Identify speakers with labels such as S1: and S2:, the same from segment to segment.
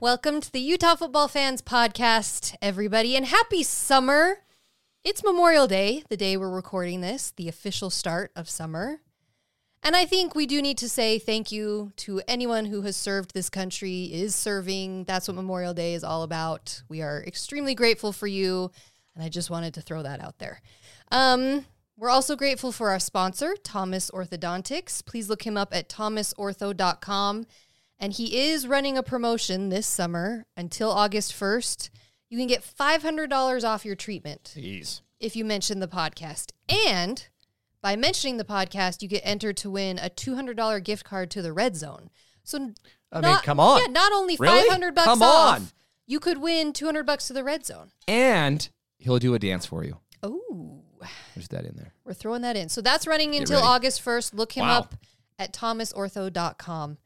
S1: Welcome to the Utah Football Fans Podcast, everybody, and happy summer. It's Memorial Day, the day we're recording this, the official start of summer. And I think we do need to say thank you to anyone who has served this country, is serving. That's what Memorial Day is all about. We are extremely grateful for you. And I just wanted to throw that out there. Um, we're also grateful for our sponsor, Thomas Orthodontics. Please look him up at thomasortho.com. And he is running a promotion this summer until August 1st. You can get $500 off your treatment
S2: Jeez.
S1: if you mention the podcast. And by mentioning the podcast, you get entered to win a $200 gift card to the Red Zone. So n-
S2: I mean, come on.
S1: Yeah, not only
S2: Really?
S1: 500 bucks
S2: Come
S1: off,
S2: on.
S1: you could win 200 bucks to the Red Zone.
S2: And he'll do a dance for you.
S1: Oh,
S2: There's that in there.
S1: we're throwing that in. So that's running until
S2: ready.
S1: August 1st. Look him
S2: Wow.
S1: up at thomasortho.com.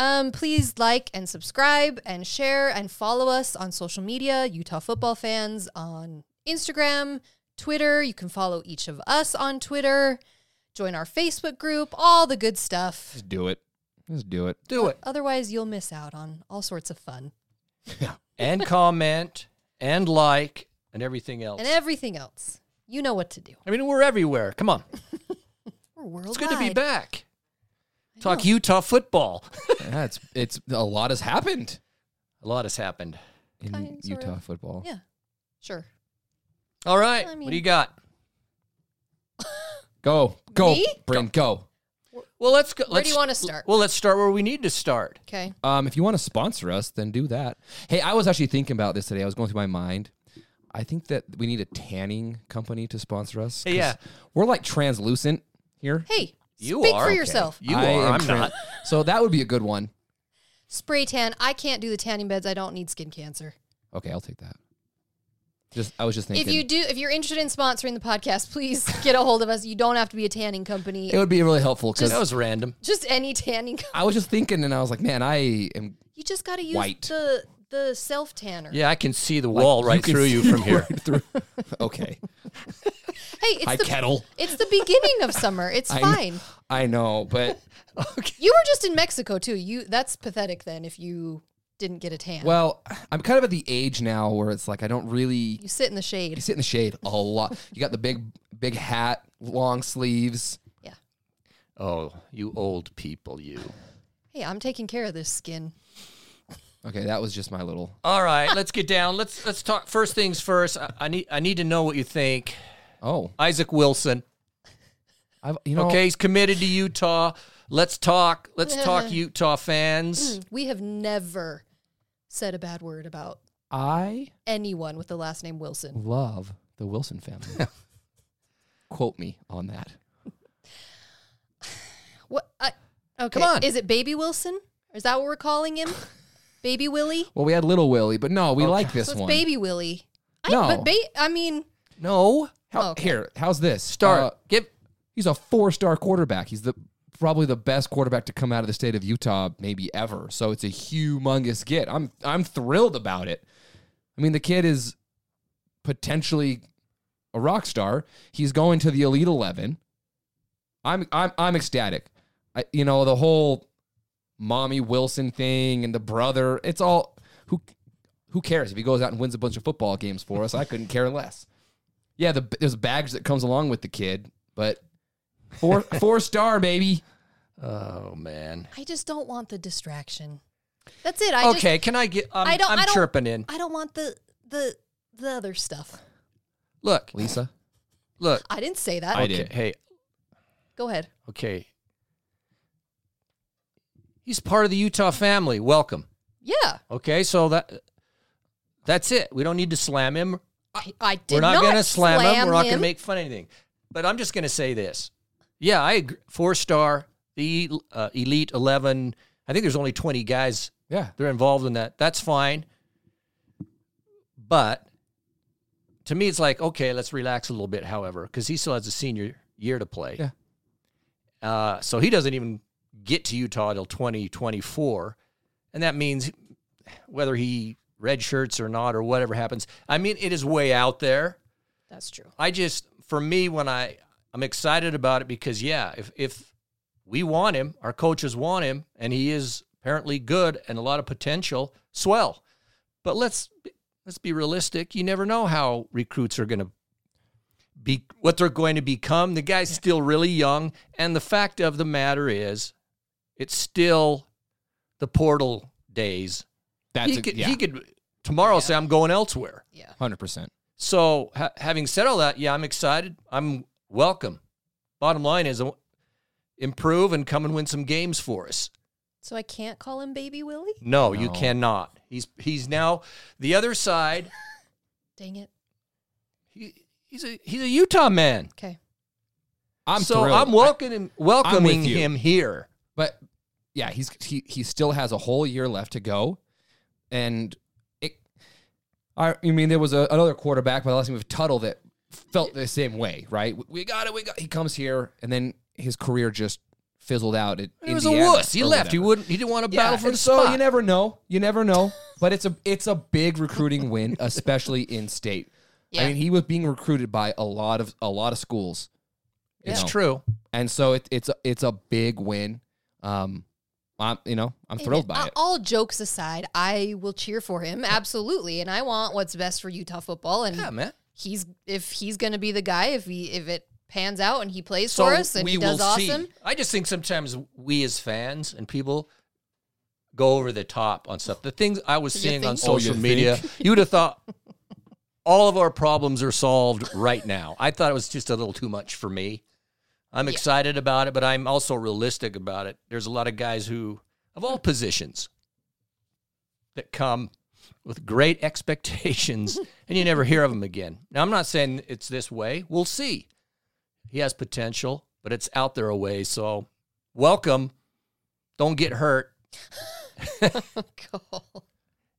S1: Um, please like and subscribe and share and follow us on social media, Utah football fans on Instagram, Twitter. You can follow each of us on Twitter. Join our Facebook group, all the good stuff.
S2: Just do it. Just do it. Do it.
S1: Otherwise, you'll miss out on all sorts of fun
S3: and comment and like and everything else.
S1: and everything else. You know what to do.
S3: I mean, we're everywhere. Come on.
S1: We're worldwide.
S3: It's good to be back. Talk Utah football.
S2: Yeah, it's it's a lot has happened
S3: A lot has happened.
S2: in
S1: Kind- sort
S2: Utah
S1: of.
S2: football.
S1: Yeah, sure.
S3: All right.
S1: I
S3: what
S1: mean-
S3: do you got?
S2: Go, go,
S1: Me?
S2: Brent, go.
S3: Well, let's go.
S1: Where do
S3: let's-
S1: you wanna start?
S3: Well, let's start where we need to start.
S1: Okay.
S2: Um, if you want to sponsor us, then do that. Hey, I was actually thinking about this today. I was going through my mind. I think that we need a tanning company to sponsor us. 'cause
S3: Yeah.
S2: we're like translucent here.
S1: Hey,
S3: You
S1: speak
S3: are
S1: for
S3: okay.
S1: yourself.
S3: You
S2: I
S3: are.
S2: am
S3: I'm
S2: tran-
S3: not.
S2: So that would be a good one.
S1: spray tan. I can't do the tanning beds. I don't need skin cancer.
S2: Okay, I'll take that. Just I was just thinking.
S1: If you do, if you're interested in sponsoring the podcast, please get a hold of us. You don't have to be a tanning company.
S2: it would be really helpful because
S3: That was random.
S1: just any tanning company.
S2: I was just thinking, and I was like, man, I am
S1: You just got to use
S2: White.
S1: the the self tanner.
S3: Yeah, I can see the wall right through you from here.
S2: through. okay,
S1: Hey, it's
S2: hi
S1: the
S2: kettle.
S1: it's the beginning of summer. It's
S2: I kn-
S1: fine.
S2: I know, but
S1: You were just in Mexico too. You that's pathetic then if you didn't get a tan.
S2: well, I'm kind of at the age now where it's like I don't really
S1: you sit in the
S2: you
S1: shade.
S2: sit in the shade a lot. You got the big big hat, long sleeves.
S1: Yeah.
S3: Oh, you old people, you.
S1: Hey, I'm taking care of this skin.
S2: Okay, that was just my little.
S3: All right, let's get down. Let's let's talk. First things first. I, I need I need to know what you think.
S2: Oh,
S3: Isaac Wilson.
S2: I've you know.
S3: Okay, he's committed to Utah. Let's talk. Let's talk Utah fans.
S1: We have never said a bad word about
S2: I
S1: anyone with the last name Wilson.
S2: love the Wilson family. Quote me on that.
S1: What? I, okay.
S3: Come on.
S1: Is it Baby Wilson? Is that what we're calling him? Baby Willie?
S2: Well, we had Little Willie, but no, we like this
S1: So it's
S2: one.
S1: Baby Willie. I,
S2: No.
S1: But ba- I mean,
S3: No.
S2: How,
S1: Okay.
S2: Here, how's this?
S3: Start.
S2: Uh,
S3: Give
S2: he's a four-star quarterback. He's the probably the best quarterback to come out of the state of Utah maybe ever. So it's a humongous get. I'm I'm thrilled about it. I mean, the kid is potentially a rock star. He's going to the Elite 11. I'm I'm I'm ecstatic. I, you know, the whole mommy Wilson thing and the brother, it's all who who cares if he goes out and wins a bunch of football games for us? I couldn't care less. Yeah, the, there's baggage that comes along with the kid, but four four star baby.
S3: Oh man.
S1: I just don't want the distraction. That's it. I just-
S3: okay, can I get? I'm,
S1: I don't-
S3: I'm
S1: I don't-
S3: chirping in.
S1: I don't want the the the other stuff.
S3: Look,
S2: Lisa,
S3: look.
S1: I didn't say that.
S2: I
S3: Okay,
S2: did.
S3: Hey,
S1: Go ahead.
S3: okay. He's part of the Utah family. Welcome.
S1: Yeah.
S3: Okay, so that that's it. We don't need to slam him.
S1: I, I did
S3: We're not, going to slam, him. We're not going
S1: him.
S3: to make fun of anything. But I'm just going to say this. Yeah, I agree. four star the uh, elite eleven. I think there's only 20 guys
S2: Yeah.
S3: they're involved in that. That's fine. But to me, it's like, okay, let's relax a little bit, however, because he still has a senior year to play. Yeah. Uh, so he doesn't even get to Utah till 2024. And that means whether he redshirts or not or whatever happens. I mean, it is way out there.
S1: That's true.
S3: I just for me when I I'm excited about it because yeah, if if we want him, our coaches want him, and he is apparently good and a lot of potential, swell. But let's let's be realistic. You never know how recruits are going to be what they're going to become. The guy's still really young, and the fact of the matter is, it's still the portal days.
S2: That's
S3: He
S2: a,
S3: could
S2: yeah,
S3: he could tomorrow say I'm going elsewhere.
S1: Yeah.
S2: 100%.
S3: So, ha- having said all that, yeah, I'm excited. I'm welcome. Bottom line is, uh, improve and come and win some games for us.
S1: So I can't call him Baby Willie?
S3: No, you
S2: No.
S3: cannot. He's he's now the other side.
S1: Dang it.
S3: He, he's a he's a Utah man.
S1: Okay.
S2: I'm
S3: so
S2: thrilled.
S3: I'm welcoming welcoming
S2: you.
S3: him here.
S2: But yeah, he's he he still has a whole year left to go, and it. I you mean there was a, another quarterback by the last name of Tuttle that felt the same way, right? We, we got it, we got. He comes here, and then his career just fizzled out. At
S3: He was a
S2: Indiana
S3: wuss. He
S2: or
S3: left. He
S2: whatever.
S3: wouldn't. He didn't want to
S2: Yeah,
S3: battle for
S2: and
S3: the
S2: so
S3: spot.
S2: you never know. You never know. But it's a it's a big recruiting win, especially in state.
S1: Yeah.
S2: I mean, he was being recruited by a lot of a lot of schools. you
S3: it's
S2: know.
S3: true.
S2: and so it, it's a, it's a big win. Um, I'm you know I'm thrilled
S1: And,
S2: by
S1: uh,
S3: oh.
S2: it.
S1: All jokes aside, I will cheer for him absolutely, and I want what's best for Utah football. And
S3: Yeah, man.
S1: he's if he's going to be the guy, if he if it pans out and he plays
S3: So
S1: for us and
S3: we
S1: he does
S3: will
S1: awesome,
S3: see. I just think sometimes we as fans and people go over the top on stuff. The things I was
S1: You
S3: seeing on
S1: think?
S2: Oh, you
S3: social media, you would have thought all of our problems are solved right now. I thought it was just a little too much for me. I'm excited about it, but I'm also realistic about it. There's a lot of guys who, of all positions, that come with great expectations and you never hear of him again. Now, I'm not saying it's this way. We'll see. He has potential, but it's out there a way. So, welcome. Don't get hurt.
S1: oh, Cool.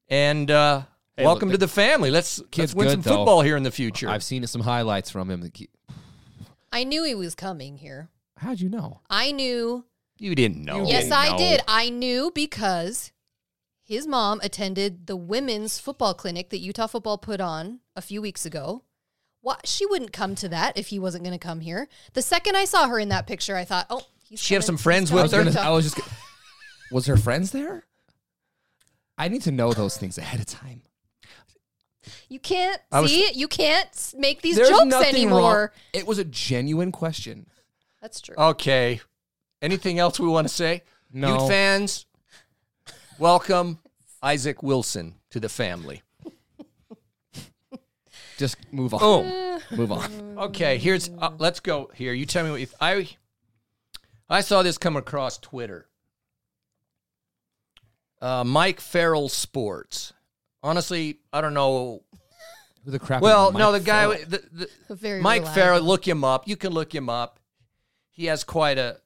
S3: And uh,
S2: Hey,
S3: welcome
S2: look,
S3: to the family. Let's,
S2: kid's
S3: let's win
S2: good,
S3: some
S2: though.
S3: football here in the future.
S2: I've seen some highlights from him.
S1: I knew he was coming here.
S2: How'd you know?
S1: I knew.
S3: you didn't know.
S2: You
S1: yes,
S2: didn't
S1: I
S2: know.
S1: did. I knew because his mom attended the women's football clinic that Utah football put on a few weeks ago. What she wouldn't come to that if he wasn't going to come here. The second I saw her in that picture, I thought, oh, he's
S3: She have
S1: coming.
S3: some
S1: He's
S3: friends
S2: I
S1: coming
S3: with
S2: was,
S1: to
S3: her?
S2: gonna-
S1: Utah.
S2: I was just. g- Was her friends there? I need to know those things ahead of time.
S1: You can't
S3: I was-
S1: see. you can't s- make these jokes anymore.
S2: It was a genuine question.
S1: That's
S3: Oh,
S1: true.
S3: Okay. Anything else we want to say?
S2: No.
S3: Ute fans, welcome Isaac Wilson to the family.
S2: Just move on.
S3: Boom.
S2: Move on.
S3: Okay, here's uh, let's go here. You tell me what you th- I I saw this come across Twitter. Uh, Mike Farrell Sports. Honestly, I don't know.
S2: Who the crap? is
S3: Well,
S2: Mike
S3: no, the guy,
S2: Farrell?
S3: w- the, the,
S1: A Very
S3: Mike
S1: reliable-
S3: Farrell, look him up. You can look him up. He has quite a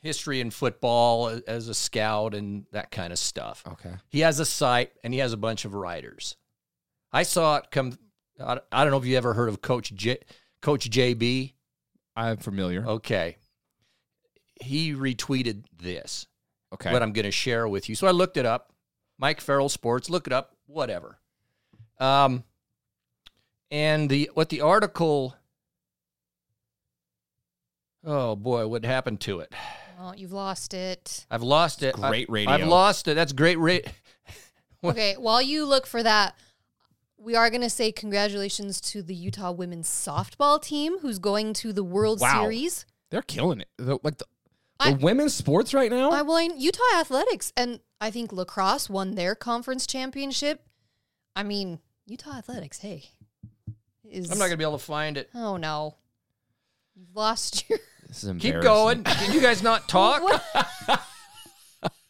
S3: history in football a- as a scout and that kind of stuff.
S2: Okay.
S3: He has a site and he has a bunch of writers. I saw it come. I I don't know if you ever heard of Coach J, Coach JB.
S2: I'm familiar.
S3: Okay. He retweeted this,
S2: Okay.
S3: what I'm going to share with you. So I looked it up. Mike Farrell Sports, look it up, whatever. Um, and the what the article Oh boy, what happened to it?
S1: Oh, you've lost it.
S3: I've lost it.
S2: Great
S3: I-
S2: radio.
S3: I've lost it. That's great radio. What-
S1: Okay, while you look for that, we are going to say congratulations to the Utah women's softball team who's going to the World
S2: Wow.
S1: Series.
S2: They're killing it. The- like the, the
S1: I-
S2: women's sports right
S3: Oh.
S2: now.
S1: I will Utah Athletics and I think lacrosse won their conference championship. I mean, Utah Athletics, hey. Is
S3: I'm not going to be able to find it.
S1: Oh no. You've lost your
S2: this is
S3: Keep
S2: embarrassing.
S3: going. Can you guys not talk?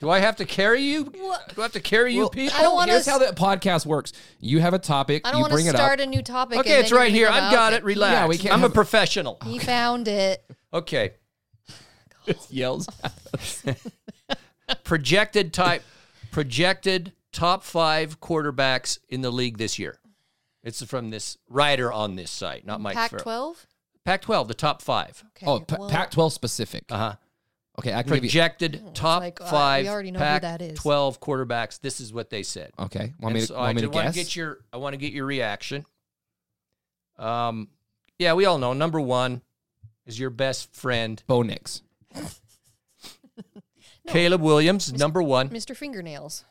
S3: Do I have to carry you?
S1: What?
S3: Do I have to carry you, people?
S1: I don't wanna
S2: Here's
S1: s-
S2: how the podcast works. You have a topic.
S1: I don't
S2: you
S1: want to
S2: bring it
S1: start a
S2: up.
S1: new topic.
S3: Okay, it's right here. I've got it. Relax.
S2: Yeah, we can't
S3: I'm
S2: have-
S3: a professional.
S1: He found it.
S3: Okay.
S2: Yells.
S3: Projected type projected top 5 quarterbacks in the league this year. It's from this writer on this site, not Mike
S1: Pac
S3: Farrell.
S1: 12.
S3: Pac-12, the top 5.
S1: Okay.
S2: Oh, pa-
S1: well,
S2: Pac-12 specific.
S3: Uh-huh.
S2: Okay, I can give you.
S3: Projected top
S1: like, uh, we
S3: 5
S1: already know who that is.
S3: Pac-12 quarterbacks. This is what they said.
S2: Okay, want
S3: And
S2: me to,
S3: so I
S2: want me to
S3: just want
S2: guess?
S3: to get your I want to get your reaction. Um yeah, we all know number 1 is your best friend
S2: Bo Nix.
S3: Caleb Williams, number 1.
S1: Mr. Fingernails.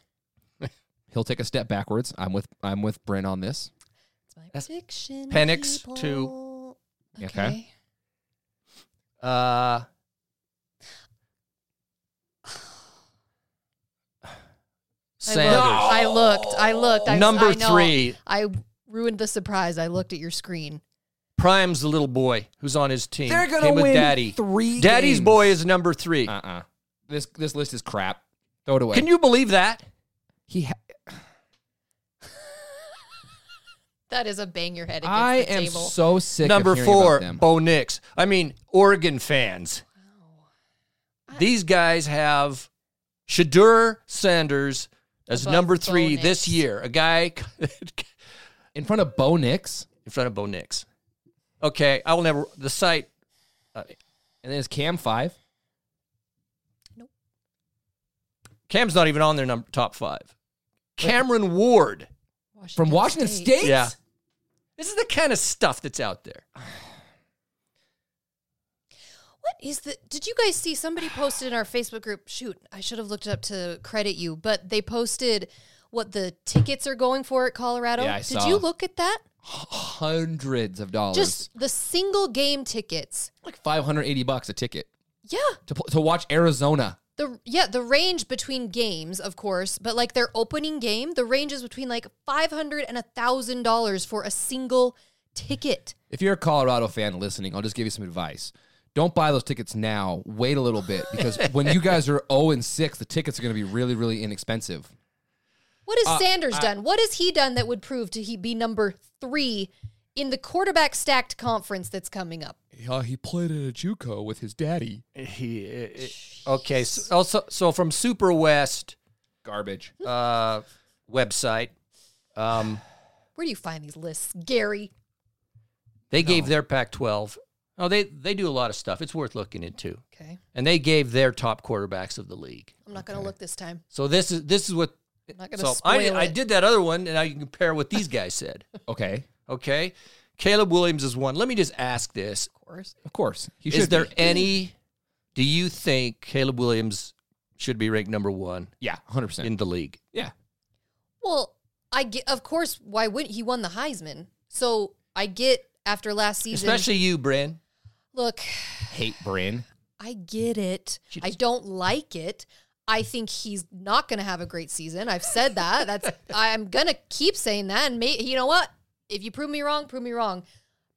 S2: He'll take a step backwards. I'm with I'm with Bryn on this.
S1: It's my
S3: That's
S1: prediction.
S3: Penix,
S1: people.
S3: two.
S2: Okay.
S1: Okay.
S3: Uh, Sanders.
S1: I looked. I looked. I,
S3: Number
S1: I know.
S3: three.
S1: I ruined the surprise. I looked at your screen.
S3: Prime's the little boy who's on his team.
S2: They're gonna
S3: Came with
S2: win
S3: Daddy.
S2: three
S3: Daddy's
S2: games.
S3: boy is number three.
S2: Uh uh This this list is crap. Throw it away.
S3: Can you believe that?
S2: He. Ha-
S1: That is a bang your head against
S2: I
S1: the
S2: am
S1: table.
S2: so sick.
S3: number
S2: of hearing about
S3: four,
S2: them.
S3: Bo Nix. I mean, Oregon fans. These guys have Shadur Sanders as
S1: Above
S3: number
S1: Bo
S3: three this
S1: Nix.
S3: year. A guy
S2: in front of Bo Nix,
S3: in front of Bo Nix. Okay, I will never. The site
S2: and then it's Cam five.
S3: Cam's not even on their number top five. Cameron Ward.
S2: from Washington State.
S3: Yeah. This is the kind of stuff that's out there.
S1: Oh, What is the? Did you guys see somebody posted in our Facebook group? Shoot, I should have looked it up to credit you, but they posted what the tickets are going for at Colorado.
S2: Yeah, I
S1: did
S2: saw.
S1: you look at that?
S2: hundreds of dollars.
S1: Just the single game tickets.
S2: like five hundred eighty bucks a ticket
S1: Yeah.
S2: to pl- to watch Arizona.
S1: The yeah, the range between games, of course, but like their opening game, the range is between like five hundred and a thousand dollars for a single ticket.
S2: If you're a Colorado fan listening, I'll just give you some advice. Don't buy those tickets now. Wait a little bit because when you guys are 0 and 6, the tickets are going to be really, really inexpensive.
S1: What
S3: Uh,
S1: has Sanders done? What has he done that would prove to he be number three in the quarterback stacked conference that's coming up?
S2: Yeah, he played at a JUCO with his daddy.
S3: He okay. So, also, so from Super West
S2: Garbage.
S3: uh, website, um,
S1: Where do you find these lists, Gary?
S3: they gave their Pac-12. Oh, they they do a lot of stuff. It's worth looking into.
S1: Okay,
S3: And they gave their top quarterbacks of the league.
S1: I'm not gonna look this time.
S3: So this is this is what.
S1: I'm not gonna
S3: So
S1: spoil
S3: I,
S1: it.
S3: I did that other one, and now you can compare what these guys said.
S2: Okay,
S3: Okay, Caleb Williams is one. Let me just ask this:
S1: of course.
S2: of course. He
S3: Is
S2: should
S3: there
S2: be.
S3: any? Do you think Caleb Williams should be ranked number one
S2: Yeah, 100%.
S3: in the league?
S2: yeah.
S1: Well, I get, of course. Why wouldn't he won the Heisman? So I get after last season.
S3: Especially you, Bryn.
S1: look,
S2: Hate Bryn.
S1: I get it. I don't like it. I think he's not going to have a great season. I've said that. That's I'm going to keep saying that and may, you know what? If you prove me wrong, prove me wrong.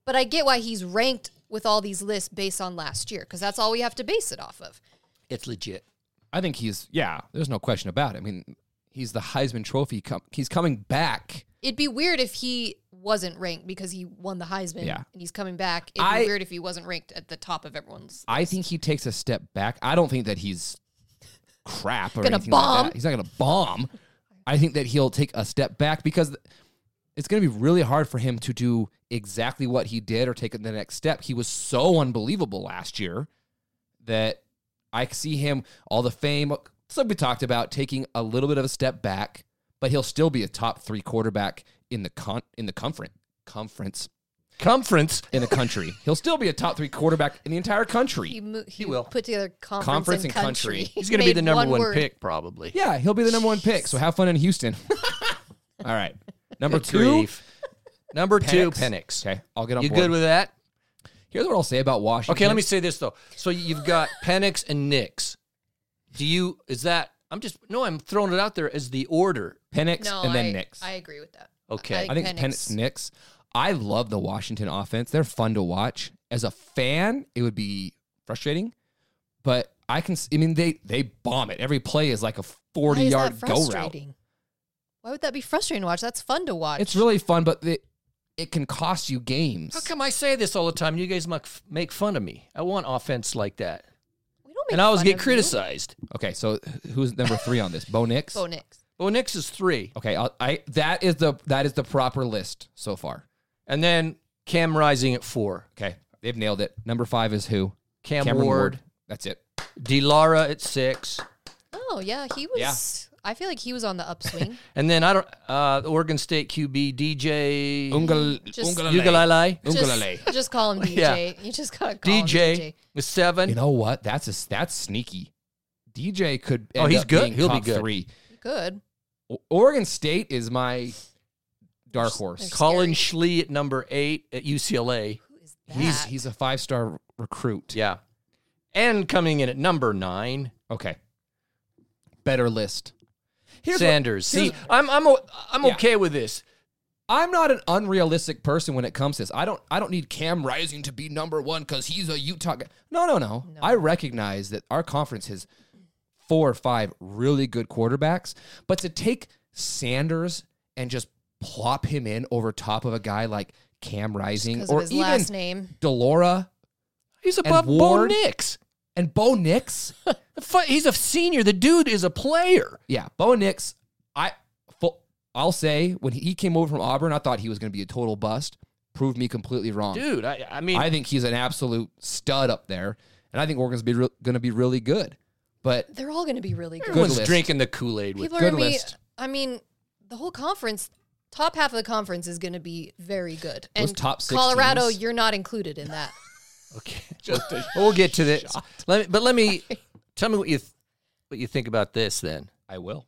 S1: But I get why he's ranked with all these lists based on last year cuz that's all we have to base it off of.
S3: It's legit.
S2: I think he's, yeah, there's no question about it. I mean, he's the Heisman Trophy. Com- he's coming back.
S1: It'd be weird if he wasn't ranked because he won the Heisman
S2: Yeah.
S1: and he's coming back. It'd
S2: I-
S1: be weird if he wasn't ranked at the top of everyone's.
S2: I think he takes a step back. I don't think that he's crap or
S1: Gonna
S2: anything
S1: bomb.
S2: like that. He's not going to bomb. I think that he'll take a step back because it's going to be really hard for him to do exactly what he did or take the next step. He was so unbelievable last year that I see him all the fame. Something we talked about taking a little bit of a step back, but he'll still be a top three quarterback in the con in the conference conference
S3: Conference.
S2: in the country. he'll still be a top three quarterback in the entire country.
S1: He, mo- he,
S3: will.
S1: put together conference,
S2: Conference
S1: and
S2: and
S1: country.
S2: country.
S3: He's going to be
S1: Made
S3: the number one,
S1: word.
S3: pick, probably.
S2: Yeah, he'll be the number one pick. So have fun in Houston. All right. Number
S3: Good
S2: two.
S3: grief. Number two,
S2: Penix.
S3: Penix.
S2: Okay, I'll get on
S3: You
S2: board.
S3: good with that?
S2: Here's what I'll say about Washington.
S3: Okay, let me say this, though. So you've got Penix and Nix. Do you, is that, I'm just, no, I'm throwing it out there as the order.
S2: Penix
S1: No,
S2: and then
S1: I,
S2: Nix.
S1: I
S2: I,
S1: agree with that.
S3: Okay.
S1: I,
S3: I
S2: think Penix, Nix. I love the Washington offense. They're fun to watch. As a fan, it would be frustrating, but I can. s- I mean, they they bomb it. Every play is like a forty
S1: Why is
S2: yard
S1: that
S2: go route.
S1: frustrating? Why would that be frustrating to watch? That's fun to watch.
S2: It's really fun, but it, it can cost you games.
S3: How come I say this all the time? You guys muck- make fun of me. I want offense like that,
S1: we don't make
S3: and I always
S1: fun
S3: get
S1: of you.
S3: criticized.
S2: Okay, so who's number three on this? Bo Nix.
S1: Bo Nix.
S3: Bo Nix is three,
S2: Okay, I'll, I that is the that is the proper list so far.
S3: and then Cam Rising at four,
S2: Okay, they've nailed it. Number five is who?
S3: Cam
S2: Cameron
S3: Ward,
S2: That's it.
S3: Delara at six,
S1: Oh yeah, he was. I feel like he was on the upswing.
S3: and then I don't. Uh, Oregon State QB DJ
S2: Ungal,
S1: Just-
S3: Ugalalai.
S2: Ungalale.
S1: just, just call him DJ. You just gotta call him
S3: DJ
S1: DJ.
S3: is seven.
S2: You know what? That's a, s- that's sneaky. DJ could.
S3: Oh,
S2: end
S3: he's
S2: up
S3: good.
S2: being
S3: He'll be
S2: top
S3: good.
S2: Three.
S1: Good.
S2: O- Oregon State is my dark horse.
S3: Colin Schlee at number eight at UCLA.
S1: Who is that?
S2: He's he's a five star recruit.
S3: Yeah. And coming in at number nine,
S2: Okay. Better list. Here's what-
S3: Sanders. See,
S2: here's-
S3: I'm I'm o- I'm
S2: Yeah.
S3: okay with this.
S2: I'm not an unrealistic person when it comes to this. I don't I don't need Cam Rising to be number one because he's a Utah guy. No, no, no,
S1: No.
S2: I recognize that our conference has four or five really good quarterbacks, but to take Sanders and just plop him in over top of a guy like Cam Rising
S1: because
S2: or
S1: of his
S2: even
S1: last name.
S2: Delora
S3: He's above Bo
S2: Ward?
S3: Nix.
S2: and Bo Nix.
S3: The fu- He's a senior. The dude is a player.
S2: Yeah, Bo Nix. I full, I'll say when he came over from Auburn, I thought he was going to be a total bust. Proved me completely wrong.
S3: Dude, I, I mean,
S2: I think he's an absolute stud up there, and I think Oregon's be re- going to be really good. But
S1: They're all gonna be really good.
S3: everyone's
S2: list.
S3: drinking the Kool Aid with.
S1: People are
S2: good
S1: gonna be.
S2: list.
S1: I mean, the whole conference, top half of the conference is gonna be very good. And
S2: Those top six
S1: Colorado,
S2: teams?
S1: you're not included in that.
S3: Okay, just a we'll get to this. Let me, but let me tell me what you th- what you think about this. Then
S2: I will.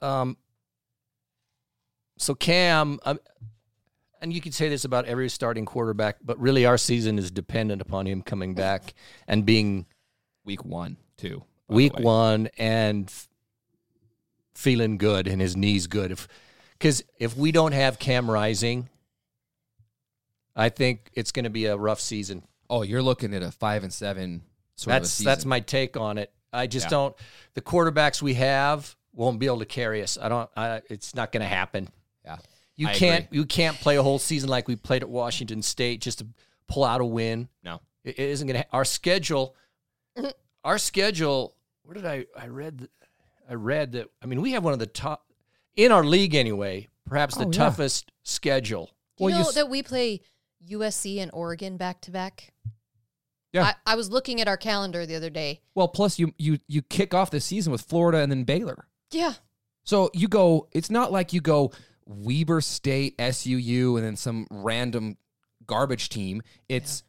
S3: Um, so Cam, um, and you could say this about every starting quarterback, but really our season is dependent upon him coming back and being
S2: Week one, two. by the
S3: week
S2: way.
S3: one and f- feeling good and his knees good. If because if we don't have Cam Rising, I think it's going to be a rough season.
S2: Oh, you're looking at a five and seven. Sort
S3: That's
S2: of a
S3: that's
S2: season.
S3: my take on it. I just
S2: Yeah.
S3: don't. The quarterbacks we have won't be able to carry us. I don't. I, it's not going to happen.
S2: yeah.
S3: You
S2: I
S3: can't
S2: agree.
S3: you can't play a whole season like we played at Washington State just to pull out a win.
S2: No.
S3: It it isn't going to. Our schedule, our schedule. Where did I I read? th- I read that. I mean, we have one of the top in our league anyway. Perhaps the
S2: Oh, yeah.
S3: toughest schedule.
S1: Do you
S2: Well, you
S1: know
S2: s-
S1: that we play USC and Oregon back to back?
S2: Yeah.
S1: I, I was looking at our calendar the other day.
S2: Well, plus you you you kick off the season with Florida and then Baylor.
S1: Yeah.
S2: So you go. It's not like you go Weber State, SUU, and then some random garbage team. It's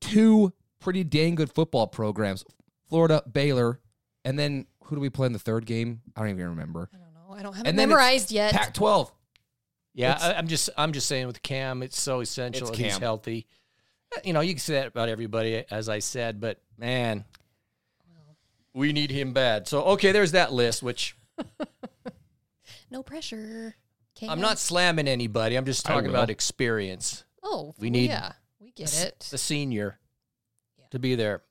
S2: two pretty dang good football programs: Florida, Baylor, and then who do we play in the third game? I don't even remember.
S1: I don't know. I don't have
S2: And
S1: it
S2: then it's
S1: memorized yet.
S2: Pac-12.
S3: Yeah,
S2: It's-
S3: I, I'm just I'm just saying with Cam, it's so essential.
S2: It's
S3: and He's
S2: Cam.
S3: healthy. Uh, You know, you can say that about everybody, as I said, but man, we need him bad. So okay, there's that list. Which
S1: no pressure. Can't.
S3: I'm not slamming anybody. I'm just
S2: I
S3: talking
S2: will.
S3: about experience.
S1: Oh,
S3: We
S1: well,
S3: need
S1: Yeah, we get
S3: s-
S1: it.
S3: The senior to be there.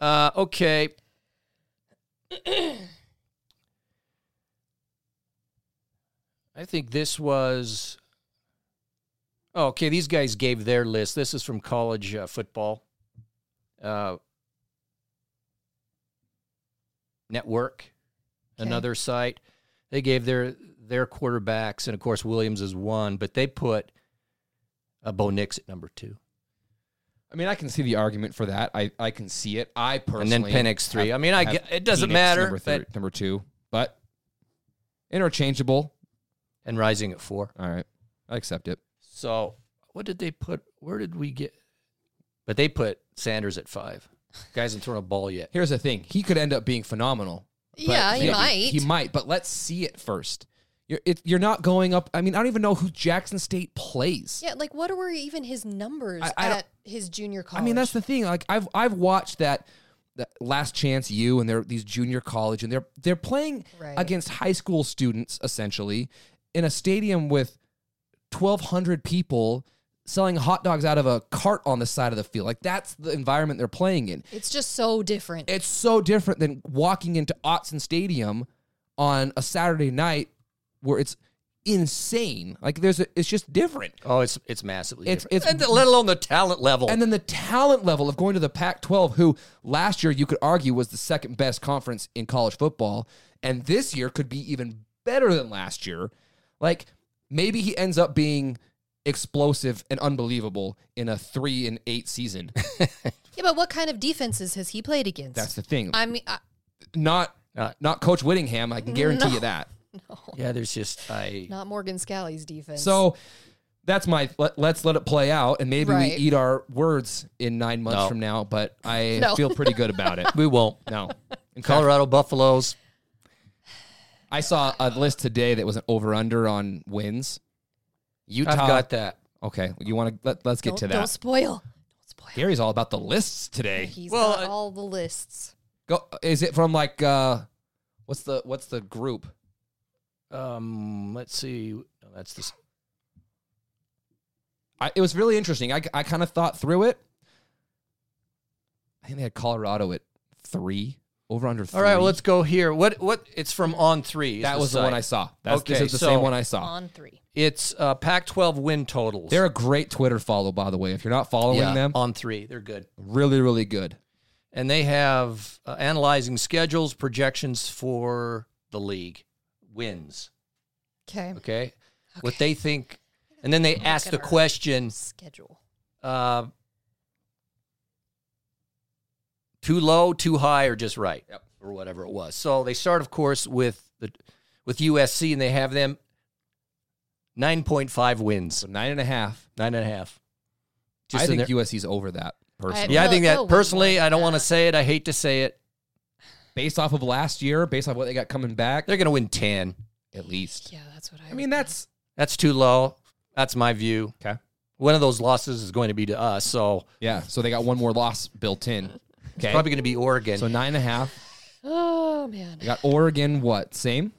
S3: Uh, okay. I think this was. Oh, okay, these guys gave their list. This is from college uh, football uh, network,
S1: Okay.
S3: another site. They gave their their quarterbacks, and of course Williams is one, but they put uh, Bo Nix at number two.
S2: I mean, I can see the argument for that. I, I can see it. I
S3: And
S2: personally
S3: then Penix three.
S2: have-
S3: I mean, I
S2: have
S3: get- it doesn't
S2: Penix
S3: matter.
S2: Number,
S3: but-
S2: three, number two, but interchangeable.
S3: and Rising at four.
S2: All right, I accept it.
S3: So what did they put? Where did we get? But they put Sanders at five. Guy hasn't thrown a ball yet.
S2: Here's the thing: he could end up being phenomenal. but
S1: yeah, he
S2: maybe-
S1: might.
S2: He might, but let's see it first. You're it, you're not going up. I mean, I don't even know who Jackson State plays.
S1: yeah, like what were even his numbers
S2: I- I don't-
S1: at his junior college?
S2: I mean, that's the thing. Like I've I've watched that, that Last Chance U and they're these junior college and they're they're playing
S1: Right.
S2: against high school students essentially in a stadium with 1200 people selling hot dogs out of a cart on the side of the field. Like that's the environment they're playing in.
S1: It's just so different.
S2: It's so different than walking into Otson Stadium on a Saturday night where it's insane. Like there's a, it's just different.
S3: Oh, it's it's massively
S2: It's-
S3: different.
S2: it's-
S3: and let alone the talent level.
S2: And then the talent level of going to the Pac 12, who last year you could argue was the second best conference in college football, and this year could be even better than last year. Like maybe he ends up being explosive and unbelievable in a three and eight season.
S1: yeah, but what kind of defenses has he played against?
S2: That's the thing.
S1: I mean, I,
S2: Not
S3: Uh,
S2: not Coach Whittingham, I can guarantee you that.
S3: yeah, there's just I
S1: not Morgan Scally's defense.
S2: So that's my let, let's let it play out and maybe
S1: Right.
S2: we eat our words in nine months
S3: No.
S2: from now, but I
S1: No.
S2: feel pretty good about it.
S3: we won't.
S2: No. In fact,
S3: Colorado Buffaloes.
S2: I saw a list today that was an over under on wins. Utah.
S3: I've got that.
S2: Okay, you want to let, let's get
S1: don't,
S2: to
S1: don't
S2: that.
S1: spoil. Don't spoil.
S2: Gary's all about the lists today.
S1: He's
S3: Well,
S1: got
S2: uh,
S3: I-
S1: all the lists.
S2: Go. Is it from like uh, what's the what's the group?
S3: Um, let's see. Oh, That's the
S2: I, it was really interesting. I I kind of thought through it. I think they had Colorado at three over under. Three.
S3: All right, well, let's go here. What what it's from on 3. is
S2: That was the one I
S3: site.
S2: saw. That's, this
S3: Okay,
S2: is the
S3: so-
S2: same one I saw.
S1: On three.
S3: It's uh, Pac-12 win totals.
S2: They're a great Twitter follow, by the way. If you're not following
S3: yeah,
S2: them,
S3: on 3. They're good.
S2: really, really good.
S3: And they have uh, analyzing schedules, projections for the league, wins,
S1: Okay.
S3: okay? What they think and then they ask
S1: at
S3: the
S1: our-
S3: question
S1: Schedule.
S3: uh, too low, too high, or just right, or whatever it was. So they start, of course, with the with USC, and they have them nine point five wins,
S2: So nine and a half.
S3: nine and a half. Just
S2: I
S3: in
S2: think
S3: there.
S2: USC's over that personally.
S3: yeah, I
S1: Well,
S3: think
S1: no,
S3: that
S1: we
S3: personally,
S1: want
S3: I don't want to
S1: that.
S3: say it. I hate to say it.
S2: based off of last year, based off what they got coming back,
S3: They're going to win ten.
S2: at least.
S1: Yeah, that's what I.
S2: I mean, that's
S3: That's too low. That's my view.
S2: okay.
S3: One of those losses is going to be to us, so
S2: Yeah, so they got one more loss built in. Okay,
S3: probably going to be Oregon.
S2: so nine and a half.
S1: Oh man.
S2: They got Oregon. What same?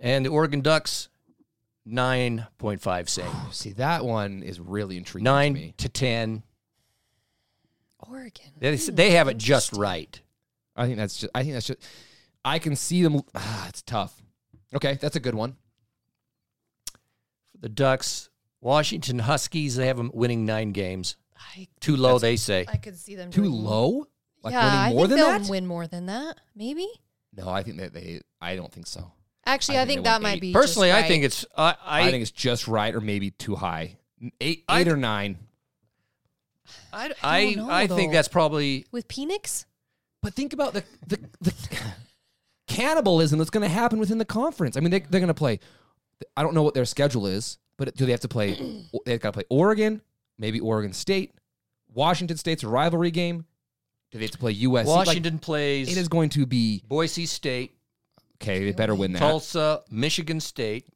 S3: and the Oregon Ducks, nine point five, same
S2: Oh, see, that one is really intriguing. to
S3: nine
S2: me.
S3: to ten.
S1: Oregon.
S3: They, they have it just right.
S2: I think that's just. I think that's just. I can see them. Ah, it's tough. Okay, that's a good one.
S3: The Ducks, Washington Huskies, they have them winning nine games.
S1: I,
S3: Too low, they say.
S1: I could see them
S2: Too
S1: doing-
S2: low. Like
S1: yeah, I
S2: winning more
S1: think
S2: than
S1: they'll
S2: that.
S1: win more than that. Maybe.
S2: No, I think that they. I don't think so.
S1: Actually,
S2: I
S1: I,
S2: think
S1: think
S2: they
S1: that
S2: won
S1: might
S2: eight.
S1: be. just
S3: Personally, I
S1: right.
S3: think it's I
S2: I,
S3: I,
S2: think it's just right, or maybe too high. Eight, eight
S3: I-
S2: or nine.
S3: I
S1: I
S3: I,
S1: don't know,
S3: I think
S1: though.
S3: that's probably
S1: with Phoenix.
S2: But think about the the, the cannibalism that's going to happen within the conference. I mean, they, they're going to play. I don't know what their schedule is, but do they have to play? they've got to play Oregon, maybe Oregon State, Washington State's a rivalry game. Do they have to play USC? Like,
S3: Washington plays
S2: it is going to be
S3: Boise State,
S2: okay. They better win that.
S3: Tulsa, Michigan State,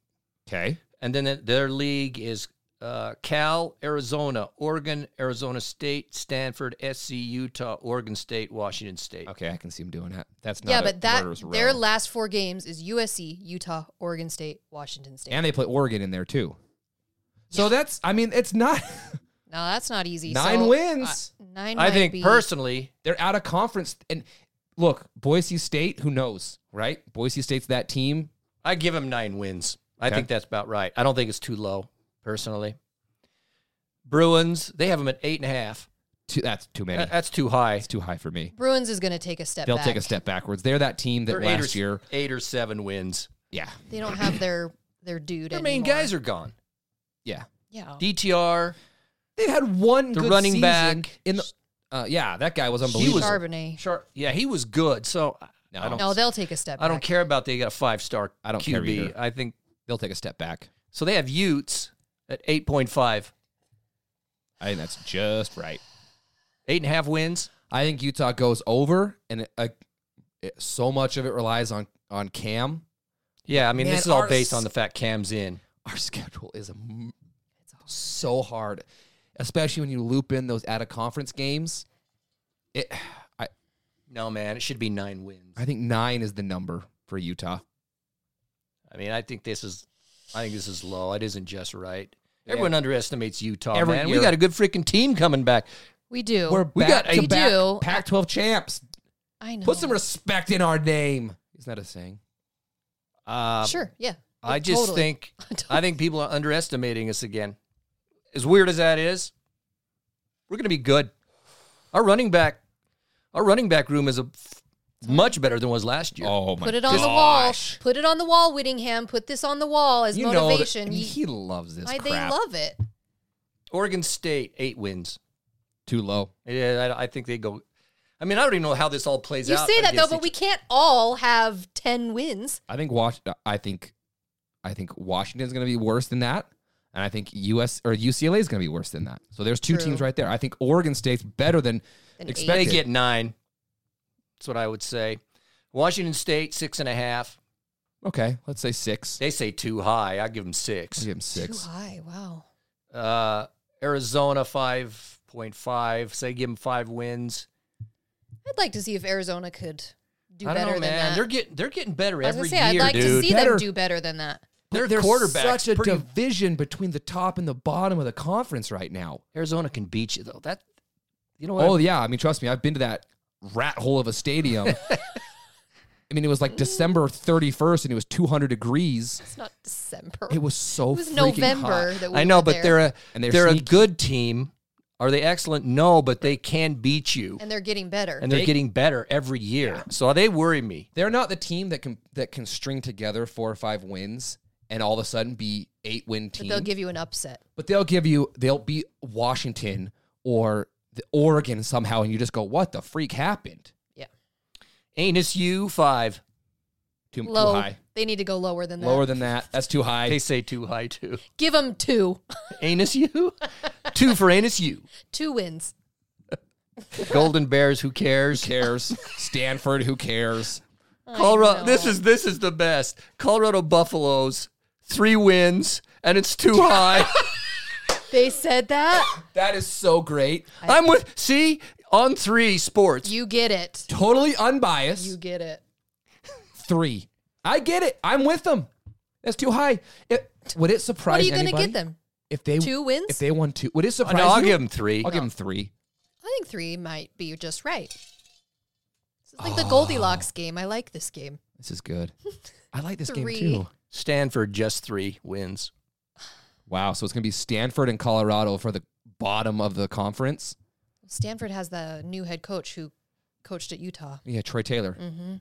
S2: Okay,
S3: and then their league is uh, Cal, Arizona, Oregon, Arizona State, Stanford, SC, Utah, Oregon State, Washington State.
S2: okay, I can see them doing that. That's not
S1: Yeah,
S2: a
S1: but that
S2: murderer's row.
S1: their last four games is USC, Utah, Oregon State, Washington State.
S2: and they play Oregon in there too. So that's I mean, it's not
S1: no, that's not easy.
S2: nine
S1: So,
S2: wins.
S1: uh, nine.
S3: I
S1: might
S3: think
S1: be-
S3: personally,
S2: They're out of conference. And look, Boise State, who knows, right? Boise State's that team.
S3: I give him nine wins. I
S2: Okay.
S3: think that's about right. I don't think it's too low, personally. Bruins, they have them at eight and a half.
S2: Too, that's too many.
S3: That- That's too high.
S2: It's too high for me.
S1: Bruins is going to take a step.
S2: They'll take a
S1: back.
S2: step backwards. They're that team that
S3: They're eight or,
S2: last
S3: s-
S2: year.
S3: eight or seven wins.
S2: Yeah.
S1: They don't have their their dude.
S3: Their main
S1: anymore.
S3: guys are gone.
S2: Yeah.
S1: Yeah.
S3: DTR,
S2: They've had one
S3: The
S2: good
S3: running
S2: season
S3: back-
S2: in the uh, yeah, that guy was
S3: He
S2: unbelievable.
S3: was-
S1: Charbonnet.
S3: sharp. Yeah, he was good. So I- I don't.
S1: No, they'll take a step.
S3: I don't
S1: back.
S3: care about uh, they got a five star.
S2: I don't care
S3: QB.
S2: either.
S3: I think
S2: They'll take a step back.
S3: so. They have Utes at eight point five,
S2: I think that's just right.
S3: eight and a half wins.
S2: I think Utah goes over, and it, uh, it- so much of it relies on on Cam.
S3: Yeah, I mean
S2: Man,
S3: this is all
S2: our
S3: based
S2: s-
S3: on the fact Cam's in.
S2: Our schedule is m- so hard, especially when you loop in those out of conference games. It, I
S3: No man, it should be nine wins.
S2: I think nine is the number for Utah.
S3: I mean, I think this is, I think this is low. It isn't just right. Everyone underestimates Utah,
S2: Every
S3: man. We
S2: year.
S3: got a good freaking team coming back.
S1: We do.
S2: We're
S3: We got
S2: back
S3: a-
S2: to
S3: We
S2: back
S1: do.
S2: Pac-12 champs.
S1: I know.
S2: Put some respect in our name. Isn't that a saying?
S3: Uh,
S1: Sure. Yeah.
S3: I just
S1: Totally.
S3: think I think people are underestimating us again. As weird as that is, we're going to be good. Our running back, our running back room is a f- much better than it was last year.
S2: Oh my!
S1: Put it on the wall. Put it on the wall, Whittingham. Put this on the wall as
S2: You know that, I
S1: motivation.
S2: mean,
S1: You-
S2: he loves this
S1: I- they
S2: crap.
S1: love it.
S3: Oregon State eight wins.
S2: Too low.
S3: Yeah, I, I think they go. I mean, I don't even know how this all plays
S1: You
S3: out.
S1: say that though,
S3: against
S1: but
S3: each-
S1: we can't all have ten wins.
S2: I think Wash. I think, I think Washington's going to be worse than that, and I think US or UCLA is going to be worse than that. So there's two
S1: True.
S2: teams right there. I think Oregon State's better than
S1: Than eight.
S2: expected.
S3: They get nine. That's what I would say. Washington State six and a half.
S2: okay. Let's say six.
S3: They say too high. I give them six.
S2: Let's give them
S1: Too
S2: six.
S1: high. Wow.
S3: Uh, Arizona five point five. Say give them five wins.
S1: I'd like to see if Arizona could do
S3: I don't
S1: better
S3: know,
S1: than
S3: man.
S1: that.
S3: They're getting they're getting better
S1: I was gonna
S3: every
S1: say
S3: year,
S1: I'd like to
S3: dude.
S1: see
S2: Better.
S1: them do better than that.
S3: Their
S2: There's
S3: quarterback's
S2: such a
S3: pretty-
S2: division between the top and the bottom of the conference right now.
S3: Arizona can beat you though. That you know what?
S2: Oh yeah, I mean, trust me, I've been to that rat hole of a stadium. I mean, it was like December 31st, and it was 200 degrees.
S1: It's not December.
S2: It was so
S1: It was
S2: freaking
S1: November
S2: hot.
S1: that we
S3: I know,
S1: were
S3: but
S1: there.
S3: they're a
S2: And
S3: they're,
S2: they're
S3: a
S2: sneaky.
S3: good team. Are they excellent? No, but they can beat you, and,
S1: and they're getting better.
S3: they're
S2: They-
S3: getting better every year. So they worry me.
S2: They're not the team that can that can string together four or five wins and all of a sudden be eight win
S1: but
S2: team.
S1: they'll give you an upset.
S2: But they'll give you they'll beat Washington or the Oregon somehow, and you just go, "What the freak happened?"
S1: Yeah.
S3: Anus U five.
S2: Too, too
S1: Low.
S2: high,
S1: They need to go lower than that.
S2: lower than that. That's too high.
S3: They say too high too.
S1: Give them two.
S3: Anus U, two for Anus U.
S1: two wins.
S3: Golden Bears. Who cares?
S2: Who cares? Stanford, who cares?
S3: Colorado.
S1: know.
S3: This is this is the best. Colorado Buffaloes. Three wins, and it's too high.
S1: They said that.
S2: That is so great.
S3: I'm with. See on three sports.
S1: You get it.
S2: Totally unbiased.
S1: You get it.
S2: Three. I get it. I'm with them. That's too high. It, would it surprise
S1: What are you going to
S2: anybody
S1: get them?
S2: if they
S1: Two wins?
S2: If they won two, would it
S3: Oh,
S2: surprise
S3: no, I'll
S2: you?
S3: give them three.
S2: I'll give them three.
S1: I think three might be just right. It's like
S2: Ah.
S1: the Goldilocks game. I like this game.
S2: This is good. I like this
S1: Three.
S2: game too.
S3: Stanford just three wins.
S2: Wow. So it's gonna be Stanford and Colorado for the bottom of the conference.
S1: Stanford has the new head coach who coached at Utah.
S2: Yeah, Troy Taylor. Mm-hmm.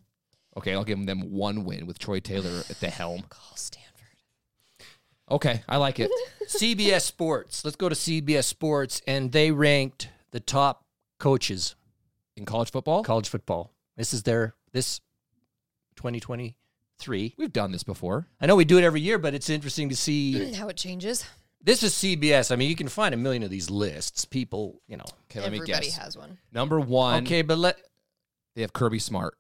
S2: Okay, I'll give them one win with Troy Taylor at the helm.
S1: Call Stanford.
S2: Okay, I like it.
S3: CBS Sports. Let's go to CBS Sports, and they ranked the top coaches
S2: In college football,
S3: Oh. college football. This is their this 2023.
S2: we've done this before.
S3: I know we do it every year, but it's interesting to see.
S1: How it changes.
S3: This is CBS. I mean, you can find a million of these lists. People, you know.
S2: Okay, let me
S1: Everybody
S2: guess.
S1: has one.
S2: Number one,
S3: Okay, but let
S2: they have Kirby Smart.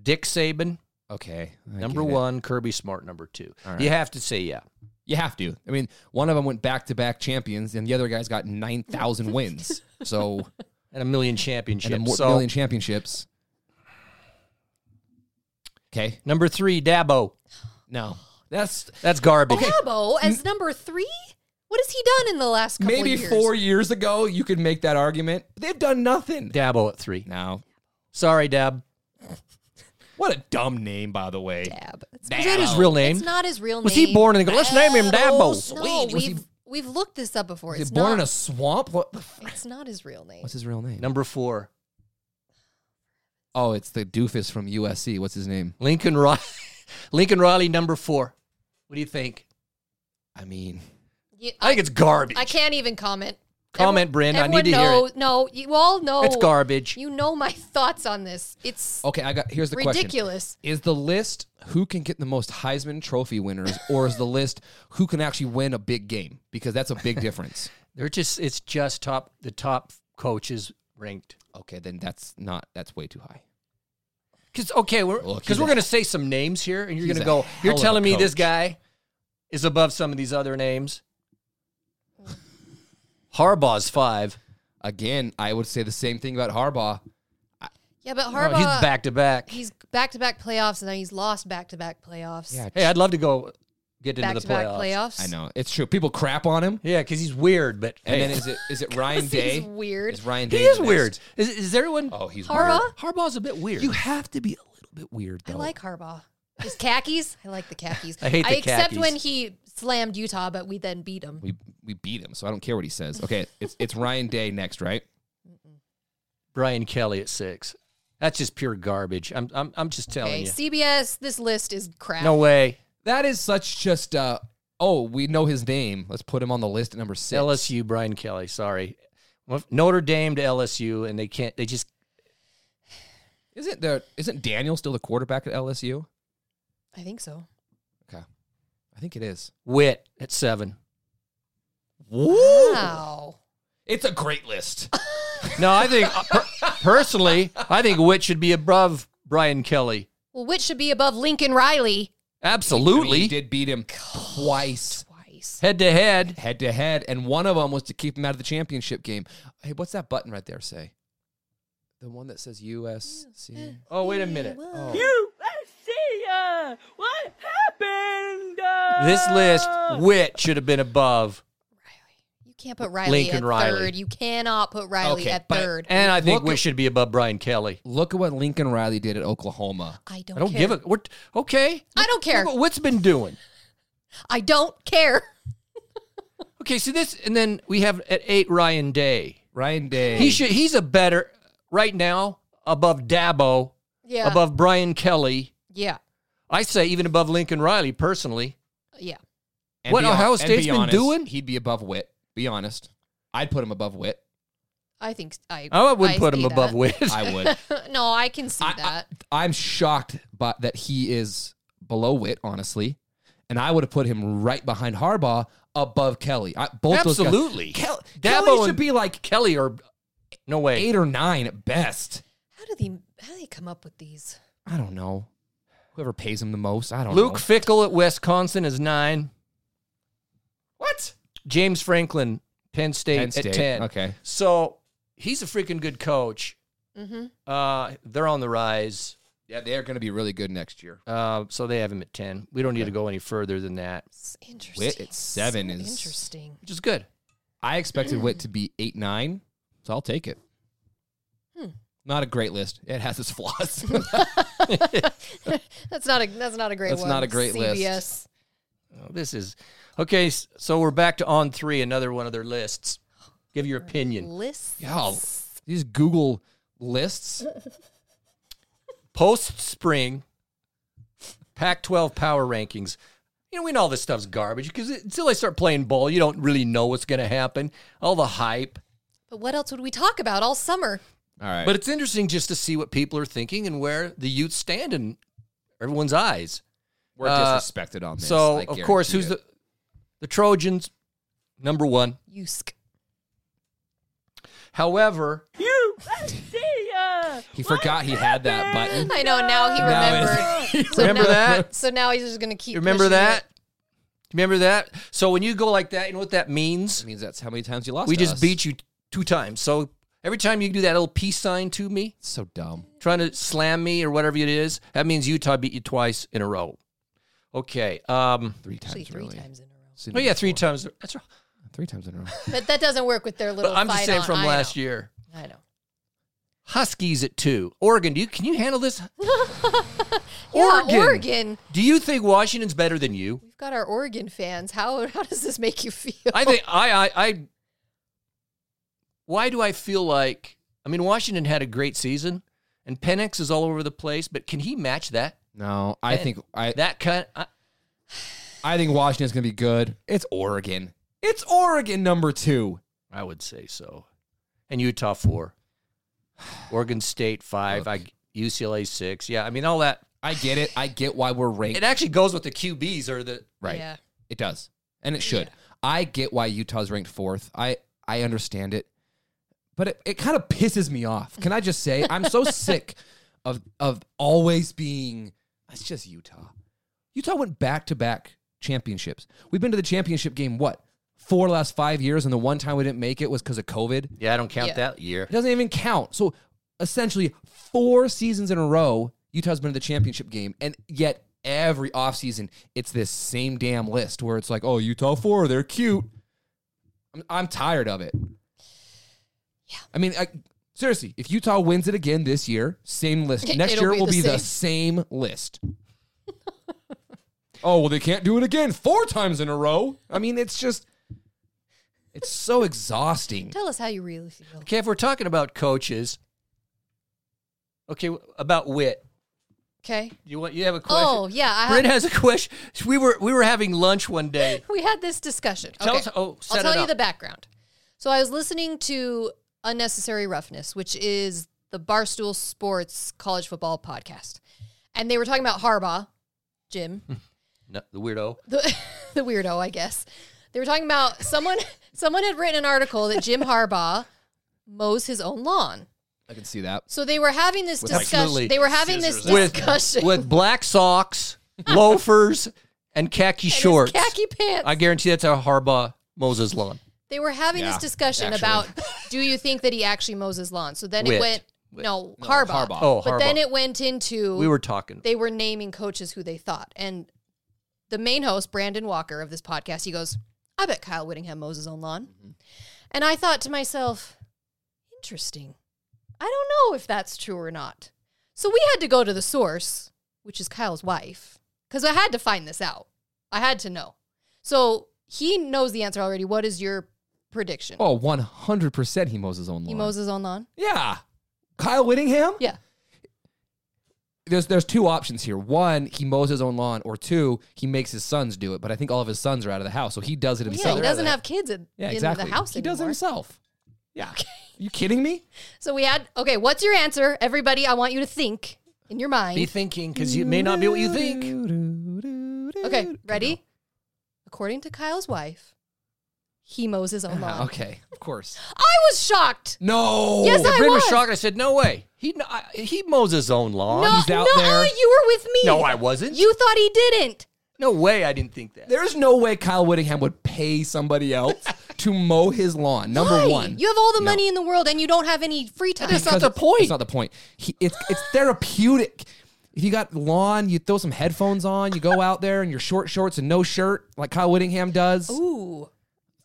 S3: Dick Saban
S2: Okay, I
S3: number
S2: get it.
S3: one, Kirby Smart number two.
S2: All right.
S3: You have to say yeah.
S2: You have to. I mean, one of them went back to back champions, and the other guy's got 9,000 wins. So,
S3: And a million
S2: and
S3: championships.
S2: a mo-
S3: So,
S2: million championships. Okay.
S3: Number three, Dabo.
S2: No. That's
S3: That's garbage.
S1: Dabo as number three? What has he done in the last couple
S2: maybe
S1: of years?
S2: four years ago, you could make that argument. They've done nothing.
S3: Dabo at three.
S2: Now,
S3: Sorry, Dab.
S2: what a dumb name, by the way.
S1: Dab. It's,
S3: Is that his real name?
S1: it's not his real
S3: was
S1: name.
S3: he born in? Let's name him Dabo.
S1: No,
S2: Was he-
S1: we've we've looked this up before.
S2: Was
S1: It's
S2: he born
S1: not,
S2: in a swamp? What the f-
S1: It's not his real name.
S2: What's his real name?
S3: Number four,
S2: Oh, it's the doofus from USC. What's his name?
S3: Lincoln Riley. Lincoln Riley, number four. What do you think?
S2: I mean,
S1: You-
S3: I think it's garbage.
S1: I can't even comment.
S3: Comment, Bryn. I need to
S1: everyone
S3: hear
S1: know-
S3: it.
S1: No, you all know
S3: It's garbage. Oh.
S1: You know my thoughts on this. It's
S2: okay, I got here's the question.
S1: ridiculous.
S2: Is the list who can get the most Heisman Trophy winners, or is the list who can actually win a big game? Because that's a big difference.
S3: They're just. It's just top. The top coaches ranked.
S2: Okay, then that's not that's way too high.
S3: Because okay, we're
S2: Look,
S3: because
S2: he's
S3: we're
S2: a-
S3: gonna say some names here, and you're
S2: he's
S3: gonna
S2: a
S3: go.
S2: hell
S3: You're
S2: of a
S3: telling me this
S2: coach."
S3: guy is above some of these other names. Harbaugh's five.
S2: Again, I would say the same thing about Harbaugh.
S1: Yeah, but
S3: Oh,
S1: Harbaugh,
S3: he's back to back.
S1: He's back to back playoffs, and now he's lost back to back playoffs.
S2: Yeah,
S3: Hey, I'd love to go get into
S1: back
S3: the
S1: to back
S3: playoffs.
S1: playoffs.
S2: I know it's true. People crap on him,
S3: Yeah, because he's weird, but
S2: and
S3: hey,
S2: then is it is it Ryan
S1: This
S2: Day?
S1: is weird.
S2: Is Ryan Day?
S3: he is
S2: the
S3: weird.
S2: best?
S3: Is, is everyone?
S2: Oh, he's
S1: Hara?
S2: weird.
S3: Harbaugh's a bit weird. You have to be a little bit weird,
S1: I
S3: though.
S1: like Harbaugh. His khakis. I like the khakis.
S3: I hate the
S1: except
S3: khakis.
S1: when he slammed Utah, but we then beat him.
S2: We we beat him, so I don't care what he says. Okay, it's it's Ryan Day next, right?
S3: Brian Kelly at six. That's just pure garbage. I'm I'm, I'm just telling
S1: Okay,
S3: you.
S1: CBS. This list is crap.
S3: No way.
S2: That is such just. uh Oh, we know his name. Let's put him on the list at number six.
S3: LSU, Brian Kelly. Sorry, Well, Notre Dame to LSU, and they can't. They just
S2: Isn't there? Isn't Daniel still the quarterback at LSU?
S1: I think so.
S2: Okay, I think it is.
S3: wit at seven.
S1: Wow.
S2: It's a great list.
S3: No, I think uh, per- personally, I think wit should be above Brian Kelly.
S1: Well, which should be above Lincoln Riley
S2: I mean, he
S3: Absolutely,
S2: did beat him twice.
S1: twice.
S3: head to head.
S2: head to head, and one of them was to keep him out of the championship game. Hey, what's that button right there say? The one that says USC.
S3: Oh wait a minute.
S4: see What happened? uh,
S3: This list,
S1: Ah.
S3: wit should have been above,
S1: You can't put Riley at
S3: Lincoln Riley.
S1: third. You cannot put Riley
S2: Okay,
S1: at
S2: but-
S1: third.
S3: and I think
S2: Look
S3: wit
S2: at-
S3: should be above Brian Kelly.
S2: Look at what Lincoln Riley did at Oklahoma.
S1: I don't,
S3: I don't
S1: care.
S3: give a what. Okay,
S1: I don't care.
S3: Look what wit's been doing.
S1: I don't care.
S3: Okay, so this, and then we have at eight Ryan Day.
S2: Ryan Day.
S3: He should. He's a better right now above Dabo,
S1: Yeah.
S3: above Brian Kelly.
S1: Yeah.
S3: I say even above Lincoln Riley personally.
S1: Yeah.
S2: And
S3: what
S2: be hon-
S3: Ohio
S2: and
S3: State's
S2: be
S3: been
S2: honest,
S3: doing?
S2: He'd be above Witt. Be honest. I'd put him above Witt.
S1: I think s- I.
S3: Oh, I wouldn't
S1: I
S3: put him
S1: see
S3: above
S1: that.
S3: Witt.
S2: I would. I,
S1: no, I can see that.
S2: I, am shocked by, that he is below Witt, honestly. And I would have put him right behind Harbaugh, above Kelly. I, both Those guys,
S3: Absolutely.
S2: Kel-
S3: Dabo
S2: Kelly should
S3: and-
S2: be like
S3: Kelly or no way.
S2: eight or nine at best.
S1: How do they? How do they come up with these?
S2: I don't know. Whoever pays him the most, I don't know.
S3: Luke Fickle at Wisconsin is nine.
S2: what?
S3: James Franklin, Penn State,
S2: Penn State.
S3: at ten.
S2: Okay.
S3: So he's a freaking good coach.
S1: Mm-hmm.
S3: Uh, they're on the rise.
S2: Yeah, they are going to be really good next year.
S3: Uh, so they have him at ten. We don't need to go any further than that,
S1: It's interesting.
S2: at seven
S1: So
S2: is-
S1: interesting.
S3: which is good.
S2: I expected Witt to be eight nine, so I'll take it. Not a great list. It has its flaws.
S1: That's not a. That's not a great
S2: That's
S1: one.
S2: not a great list.
S1: CBS.
S3: Oh, this is okay. s- So we're back to on three, another one of their lists. Give your opinion.
S1: List.
S2: Y'all, these Google lists.
S3: Post spring, Pac 12 power rankings. You know, we know all this stuff's garbage because until they start playing ball, you don't really know what's going to happen. All the hype.
S1: But what else would we talk about all summer?
S2: All right,
S3: But it's interesting just to see what people are thinking and where the youth stand in everyone's eyes.
S2: we're
S3: uh,
S2: disrespected on this.
S3: so,
S2: I
S3: of course, who's
S2: guarantee
S3: the the Trojans? Number one.
S1: Yusk.
S3: However,
S2: it. He forgot he had that button.
S1: I know now he
S2: Now
S1: remembered. so
S3: remember
S1: now,
S3: that?
S1: So now he's just gonna keep.
S3: You remember
S1: pushing
S3: that?
S1: it.
S3: Remember that? So when you go like that, you know what that means?
S2: That means that's how many times you lost.
S3: We
S2: to
S3: just
S2: us.
S3: beat you two times. So every time you do that little peace sign to me,
S2: So dumb.
S3: trying to slam me or whatever it is, that means Utah beat you twice in a row. Okay. Um,
S2: Three times
S1: Actually, three
S2: really.
S1: times in a row.
S2: Seen
S3: oh
S2: it
S3: yeah, three
S2: before.
S3: times. That's right.
S2: Three times in a row.
S1: But that doesn't work with their little.
S3: But I'm just
S1: fight
S3: saying
S1: on-
S3: from
S1: I
S3: last
S1: know.
S3: year.
S1: I know.
S3: Huskies at two. Oregon, do you can you handle this? Oregon.
S1: Yeah, Oregon.
S3: Do you think Washington's better than you?
S1: We've got our Oregon fans. How how does this make you feel?
S3: I think I, I I why do I feel like I mean Washington had a great season and Penix is all over the place, but can he match that?
S2: No, I think I.
S3: That kind I,
S2: I think Washington's going to be good. It's Oregon. It's Oregon number two.
S3: I would say so. And Utah four. Oregon State five. I, UCLA six. Yeah, I mean all that.
S2: I get it. I get why we're ranked.
S3: It actually goes with the QBs or the
S2: right.
S1: Yeah.
S2: It does. And it should. I get why Utah's ranked fourth. I, I understand it. But it, it kind of pisses me off. Can I just say I'm so sick of of always being it's just Utah. Utah went back to back championships. We've been to the championship game what? Four last five years, and the one time we didn't make it was because of COVID.
S3: Yeah, I don't count
S1: Yeah.
S3: that year.
S2: It doesn't even count. So essentially, four seasons in a row, Utah's been in the championship game, and yet every offseason, it's this same damn list where it's like, oh, Utah four, they're cute. I'm, I'm tired of it. Yeah. I mean, I, seriously, if Utah wins it again this year, same list. Next
S1: It'll
S2: year
S1: be
S2: will
S1: the
S2: be the same list. oh, well, they can't do it again four times in a row. I mean, it's just, it's so exhausting.
S1: Tell us how you really feel.
S3: Okay, if we're talking about coaches, okay, about wit.
S1: Okay.
S3: You want you have a question?
S1: Oh yeah, I
S3: Britt
S1: had,
S3: has a question. We were we were having lunch one day.
S1: we had this discussion.
S3: Tell
S1: okay.
S3: us- oh, set
S1: I'll
S3: it
S1: tell you
S3: up.
S1: the background. So I was listening to Unnecessary Roughness, which is the Barstool Sports college football podcast, and they were talking about Harbaugh, Jim,
S3: No, the weirdo.
S1: the, the weirdo, I guess. They were talking about someone. Someone had written an article that Jim Harbaugh mows his own lawn.
S2: I can see that.
S1: So they were having this
S3: like,
S1: discussion.
S3: literally
S1: They were having this
S3: scissors out.
S1: discussion with,
S3: With black socks, loafers, and khaki shorts.
S1: khaki pants.
S3: I guarantee that's how Harbaugh Moses lawn.
S1: They were having
S2: Yeah,
S1: this discussion
S2: actually.
S1: about do you think that he actually mows his lawn? So then
S3: Witt.
S1: it went no, Harbaugh.
S2: Harbaugh.
S3: Oh,
S1: But
S3: Harbaugh.
S1: then it went into
S3: we were talking.
S1: they were naming coaches who they thought. And the main host, Brandon Walker of this podcast, he goes, I bet Kyle Whittingham mows his own lawn.
S2: Mm-hmm.
S1: And I thought to myself, interesting. I don't know if that's true or not. So we had to go to the source, which is Kyle's wife, because I had to find this out. I had to know. So he knows the answer already. What is your prediction?
S2: Oh, 100% he mows his own lawn.
S1: he mows his own lawn?
S2: Yeah. Kyle Whittingham?
S1: Yeah.
S2: There's there's two options here. One, he mows his own lawn, or two, he makes his sons do it. But I think all of his sons are out of the house, so he does it
S1: Well,
S2: himself.
S1: yeah, he doesn't have kids in,
S2: Yeah,
S1: in
S2: exactly.
S1: the house
S2: he
S1: anymore.
S2: does it himself. Yeah. you kidding me?
S1: So we had okay. What's your answer, everybody? I want you to think in your mind.
S3: Be thinking because it may not be what you think.
S1: okay, ready? According to Kyle's wife, he mows his own lawn.
S2: Ah, okay, of course.
S1: I was shocked.
S2: No.
S1: Yes, I
S3: Bryn was
S1: was.
S3: shocked. I said, "No way. He I, he mows his own lawn.
S1: No,
S2: He's out
S1: nuh-uh,
S2: there.
S1: you were with me.
S3: No, I wasn't.
S1: You thought he didn't.
S3: no way. I didn't think that.
S2: There's no way Kyle Whittingham would pay somebody else to mow his lawn. Number
S1: Why?
S2: one.
S1: you have all the
S2: No.
S1: money in the world and you don't have any free time.
S3: is not
S2: Because
S3: the
S2: it's-
S3: point.
S2: It's not the point. He, it's it's therapeutic. If you got lawn, you throw some headphones on, you go out there in your short shorts and no shirt, like Kyle Whittingham does.
S1: Ooh,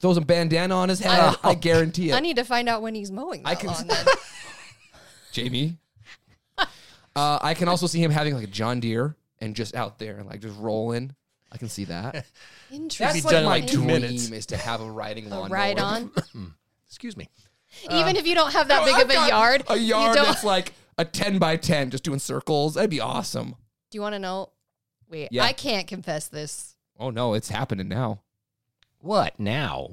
S2: Throw some bandana on his head. I, guarantee it.
S1: I need to find out when he's mowing. That
S2: I can-
S1: lawn then.
S2: Jamie. Uh, I can also see him having like a John Deere and just out there and like just rolling. I can see that.
S1: Interesting.
S2: That's
S3: done
S2: like
S3: in,
S2: my
S3: like, two
S2: dream
S3: minutes.
S2: is to have a riding lawn.
S1: right on.
S3: Excuse me.
S2: Uh,
S1: Even if you don't have that big of a yard,
S2: A yard
S1: You don't,
S2: that's like a ten by ten, just doing circles. That'd be awesome.
S1: do you want to know? Wait,
S2: Yeah.
S1: I can't confess this.
S2: Oh no, it's happening now.
S3: What now?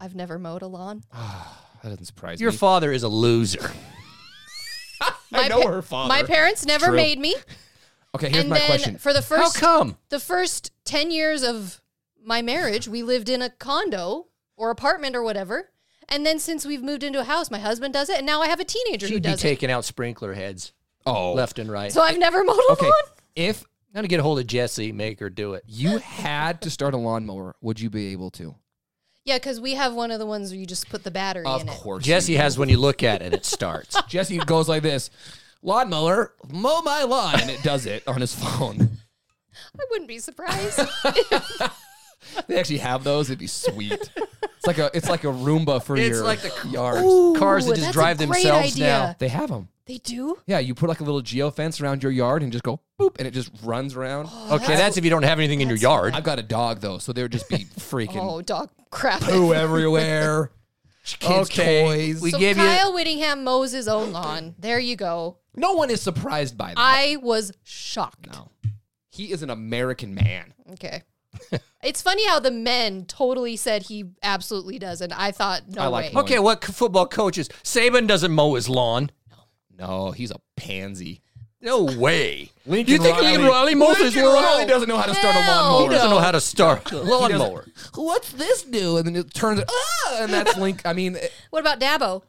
S1: I've never mowed a lawn.
S2: That doesn't surprise
S3: Your
S2: me.
S3: father is a loser.
S2: I know
S1: pa-
S2: her father.
S1: My parents never
S2: True.
S1: made me.
S2: Okay, here's
S1: and
S2: my
S1: then
S2: question.
S1: for the
S3: How
S1: first
S3: come?
S1: the first 10 years of my marriage, we lived in a condo or apartment or whatever. And then since we've moved into a house, my husband does it and now I have a teenager who
S3: She'd be
S1: does it.
S3: taking out sprinkler heads
S2: oh,
S3: left and right.
S1: So I've never mowed a
S2: okay.
S1: lawn.
S2: If
S3: Gotta get a hold of Jesse, make her do it.
S2: you had to start a lawnmower, would you be able to?
S1: Yeah, cuz we have one of the ones where you just put the battery
S2: Of
S1: in it.
S2: course.
S3: Jesse has when you look at it, it starts.
S2: Jesse goes like this lawnmower, mow my lawn. And it does it on his phone.
S1: I wouldn't be surprised.
S2: They actually have those. It'd be sweet. It's like a it's like a Roomba for
S3: it's
S2: your
S3: like the
S2: yard.
S3: cars that
S1: Ooh,
S3: just
S1: that's
S3: drive
S1: a great
S3: themselves
S1: idea.
S3: now.
S2: They have them.
S1: They do?
S2: Yeah, you put like a little geofence around your yard and just go boop, and it just runs around.
S1: Oh,
S3: Okay, that's if you don't have anything in your yard.
S2: I've got a dog though, so there would just be freaking
S1: Oh, dog crap.
S2: poo everywhere. Kids
S3: Okay,
S2: toys.
S3: we-
S1: So
S3: gave you-
S1: Kyle Whittingham mows his own lawn. There you go.
S2: no one is surprised by that.
S1: I was shocked.
S2: No. He is an American man.
S1: Okay. it's funny how the men totally said he absolutely does, and I thought no
S2: I like
S1: way.
S2: him.
S3: Okay, what c- football coaches? Saban doesn't mow his lawn.
S2: No, he's a pansy.
S3: No way.
S2: Lincoln
S3: you think Lincoln
S2: Riley-
S3: Riley mows his
S2: Lincoln
S3: lawn?
S2: Riley doesn't know how to start a
S1: Hell
S3: He
S2: lawnmower.
S3: doesn't know how to start a
S2: He doesn't-
S3: lawnmower.
S2: What's this do? And then it turns, ah, and that's Link. I mean, it-
S1: What about Dabo?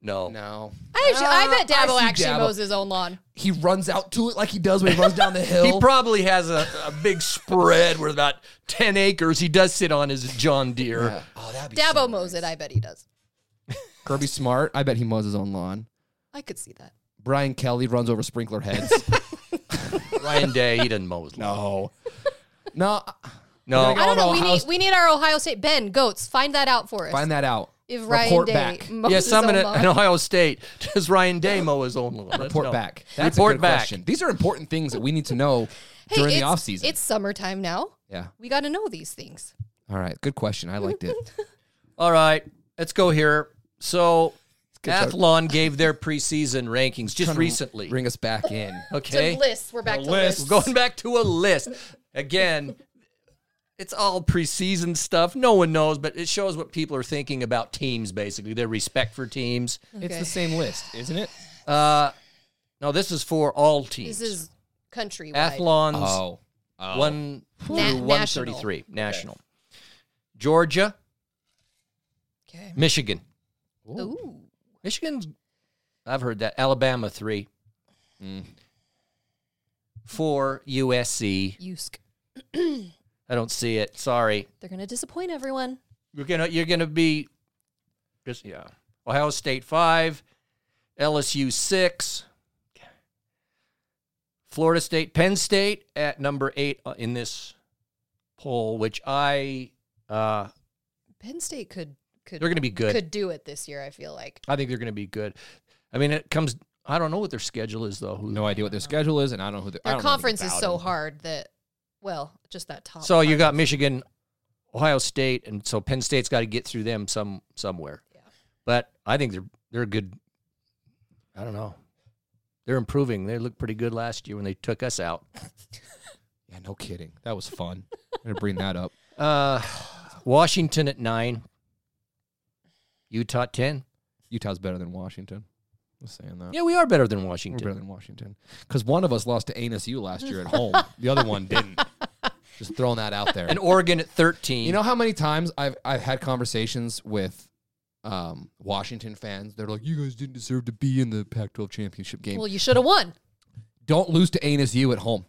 S3: No.
S2: no.
S1: I, actually, I bet
S2: Ah, I
S1: Dabo
S2: see
S1: actually
S2: Dabo.
S1: mows his own lawn.
S2: He runs out to it like he does when he runs down the hill.
S3: He probably has a, a big spread with about 10 acres. He does sit on his John Deere.
S2: Yeah. Oh, that'd be
S1: Dabo
S2: so
S1: mows
S2: nice.
S1: it. I bet he does.
S2: Kirby Smart, I bet he mows his own lawn.
S1: I could see that.
S2: Brian Kelly runs over sprinkler heads.
S3: Ryan Day, he doesn't mow his lawn.
S2: No. no.
S3: No,
S2: I
S1: I don't
S2: don't
S1: know.
S2: know
S1: We
S2: how-
S1: need we need our Ohio State Ben Goats. Find that out for us.
S2: Find that out.
S1: if Ryan
S2: Report
S1: Day
S2: back.
S1: mows
S3: Yes,
S1: his
S3: I'm
S1: own
S3: in, a,
S1: lawn.
S3: in Ohio State. Does Ryan Day mow his own lawn? Let's
S2: Report
S3: know.
S2: back. That's
S3: Report
S2: a good
S3: back.
S2: question. These are important things that we need to know
S1: Hey,
S2: during the
S1: it's-
S2: off season.
S1: It's summertime now.
S2: Yeah.
S1: We got to know these things.
S2: All right. Good question. I liked it.
S3: All right, let's go here. So,
S2: start.
S3: Athlon gave their preseason rankings just recently.
S2: Bring us back in.
S3: Okay,
S1: To lists. We're back to
S2: lists.
S1: lists.
S3: We're going back to a list again. It's all preseason stuff. No one knows, but it shows what people are thinking about teams. Basically, their respect for teams.
S2: It's
S1: Okay.
S2: the same list, isn't it?
S3: Uh, no, this is for all teams.
S1: This is countrywide.
S3: Athlon's
S2: Oh.
S3: one through
S1: Na- national.
S3: one thirty three national. Georgia,
S1: Okay.
S3: Michigan.
S1: Ooh.
S3: Michigan's, I've heard that. Alabama, three. Four, USC.
S1: Yusk.
S3: I don't see it. Sorry.
S1: They're gonna disappoint everyone.
S3: You're gonna you're gonna be just yeah. Ohio State five, LSU six, Florida State, Penn State at number eight uh, in this poll, which I uh
S1: Penn State could could
S3: they're gonna be good.
S1: could do it this year. I feel like.
S3: I think they're gonna be good. I mean, it comes. I don't know what their schedule is though. Who,
S2: No idea what their schedule is, and I don't know who their
S1: Their conference is so hard that, well, just that top.
S3: So you
S1: part.
S3: got Michigan, Ohio State, and so Penn State's got to get through them some somewhere. But I think they're they're a good. I don't know. They're improving. They looked pretty good last year when they took us out.
S2: Yeah, no kidding. That was fun. I'm gonna bring that up.
S3: Uh, Washington at nine. Utah at ten.
S2: Utah's better than Washington. I'm saying that.
S3: Yeah, we are better than
S2: We're
S3: Washington.
S2: better than Washington because one of us lost to ANSU last year at home. the other one didn't. Just throwing that out there.
S3: And Oregon at thirteen.
S2: You know how many times I've I've had conversations with um, Washington fans. They're like, "You guys didn't deserve to be in the Pac-12 championship game.
S1: Well, you should have won.
S2: Don't lose to ANSU at home.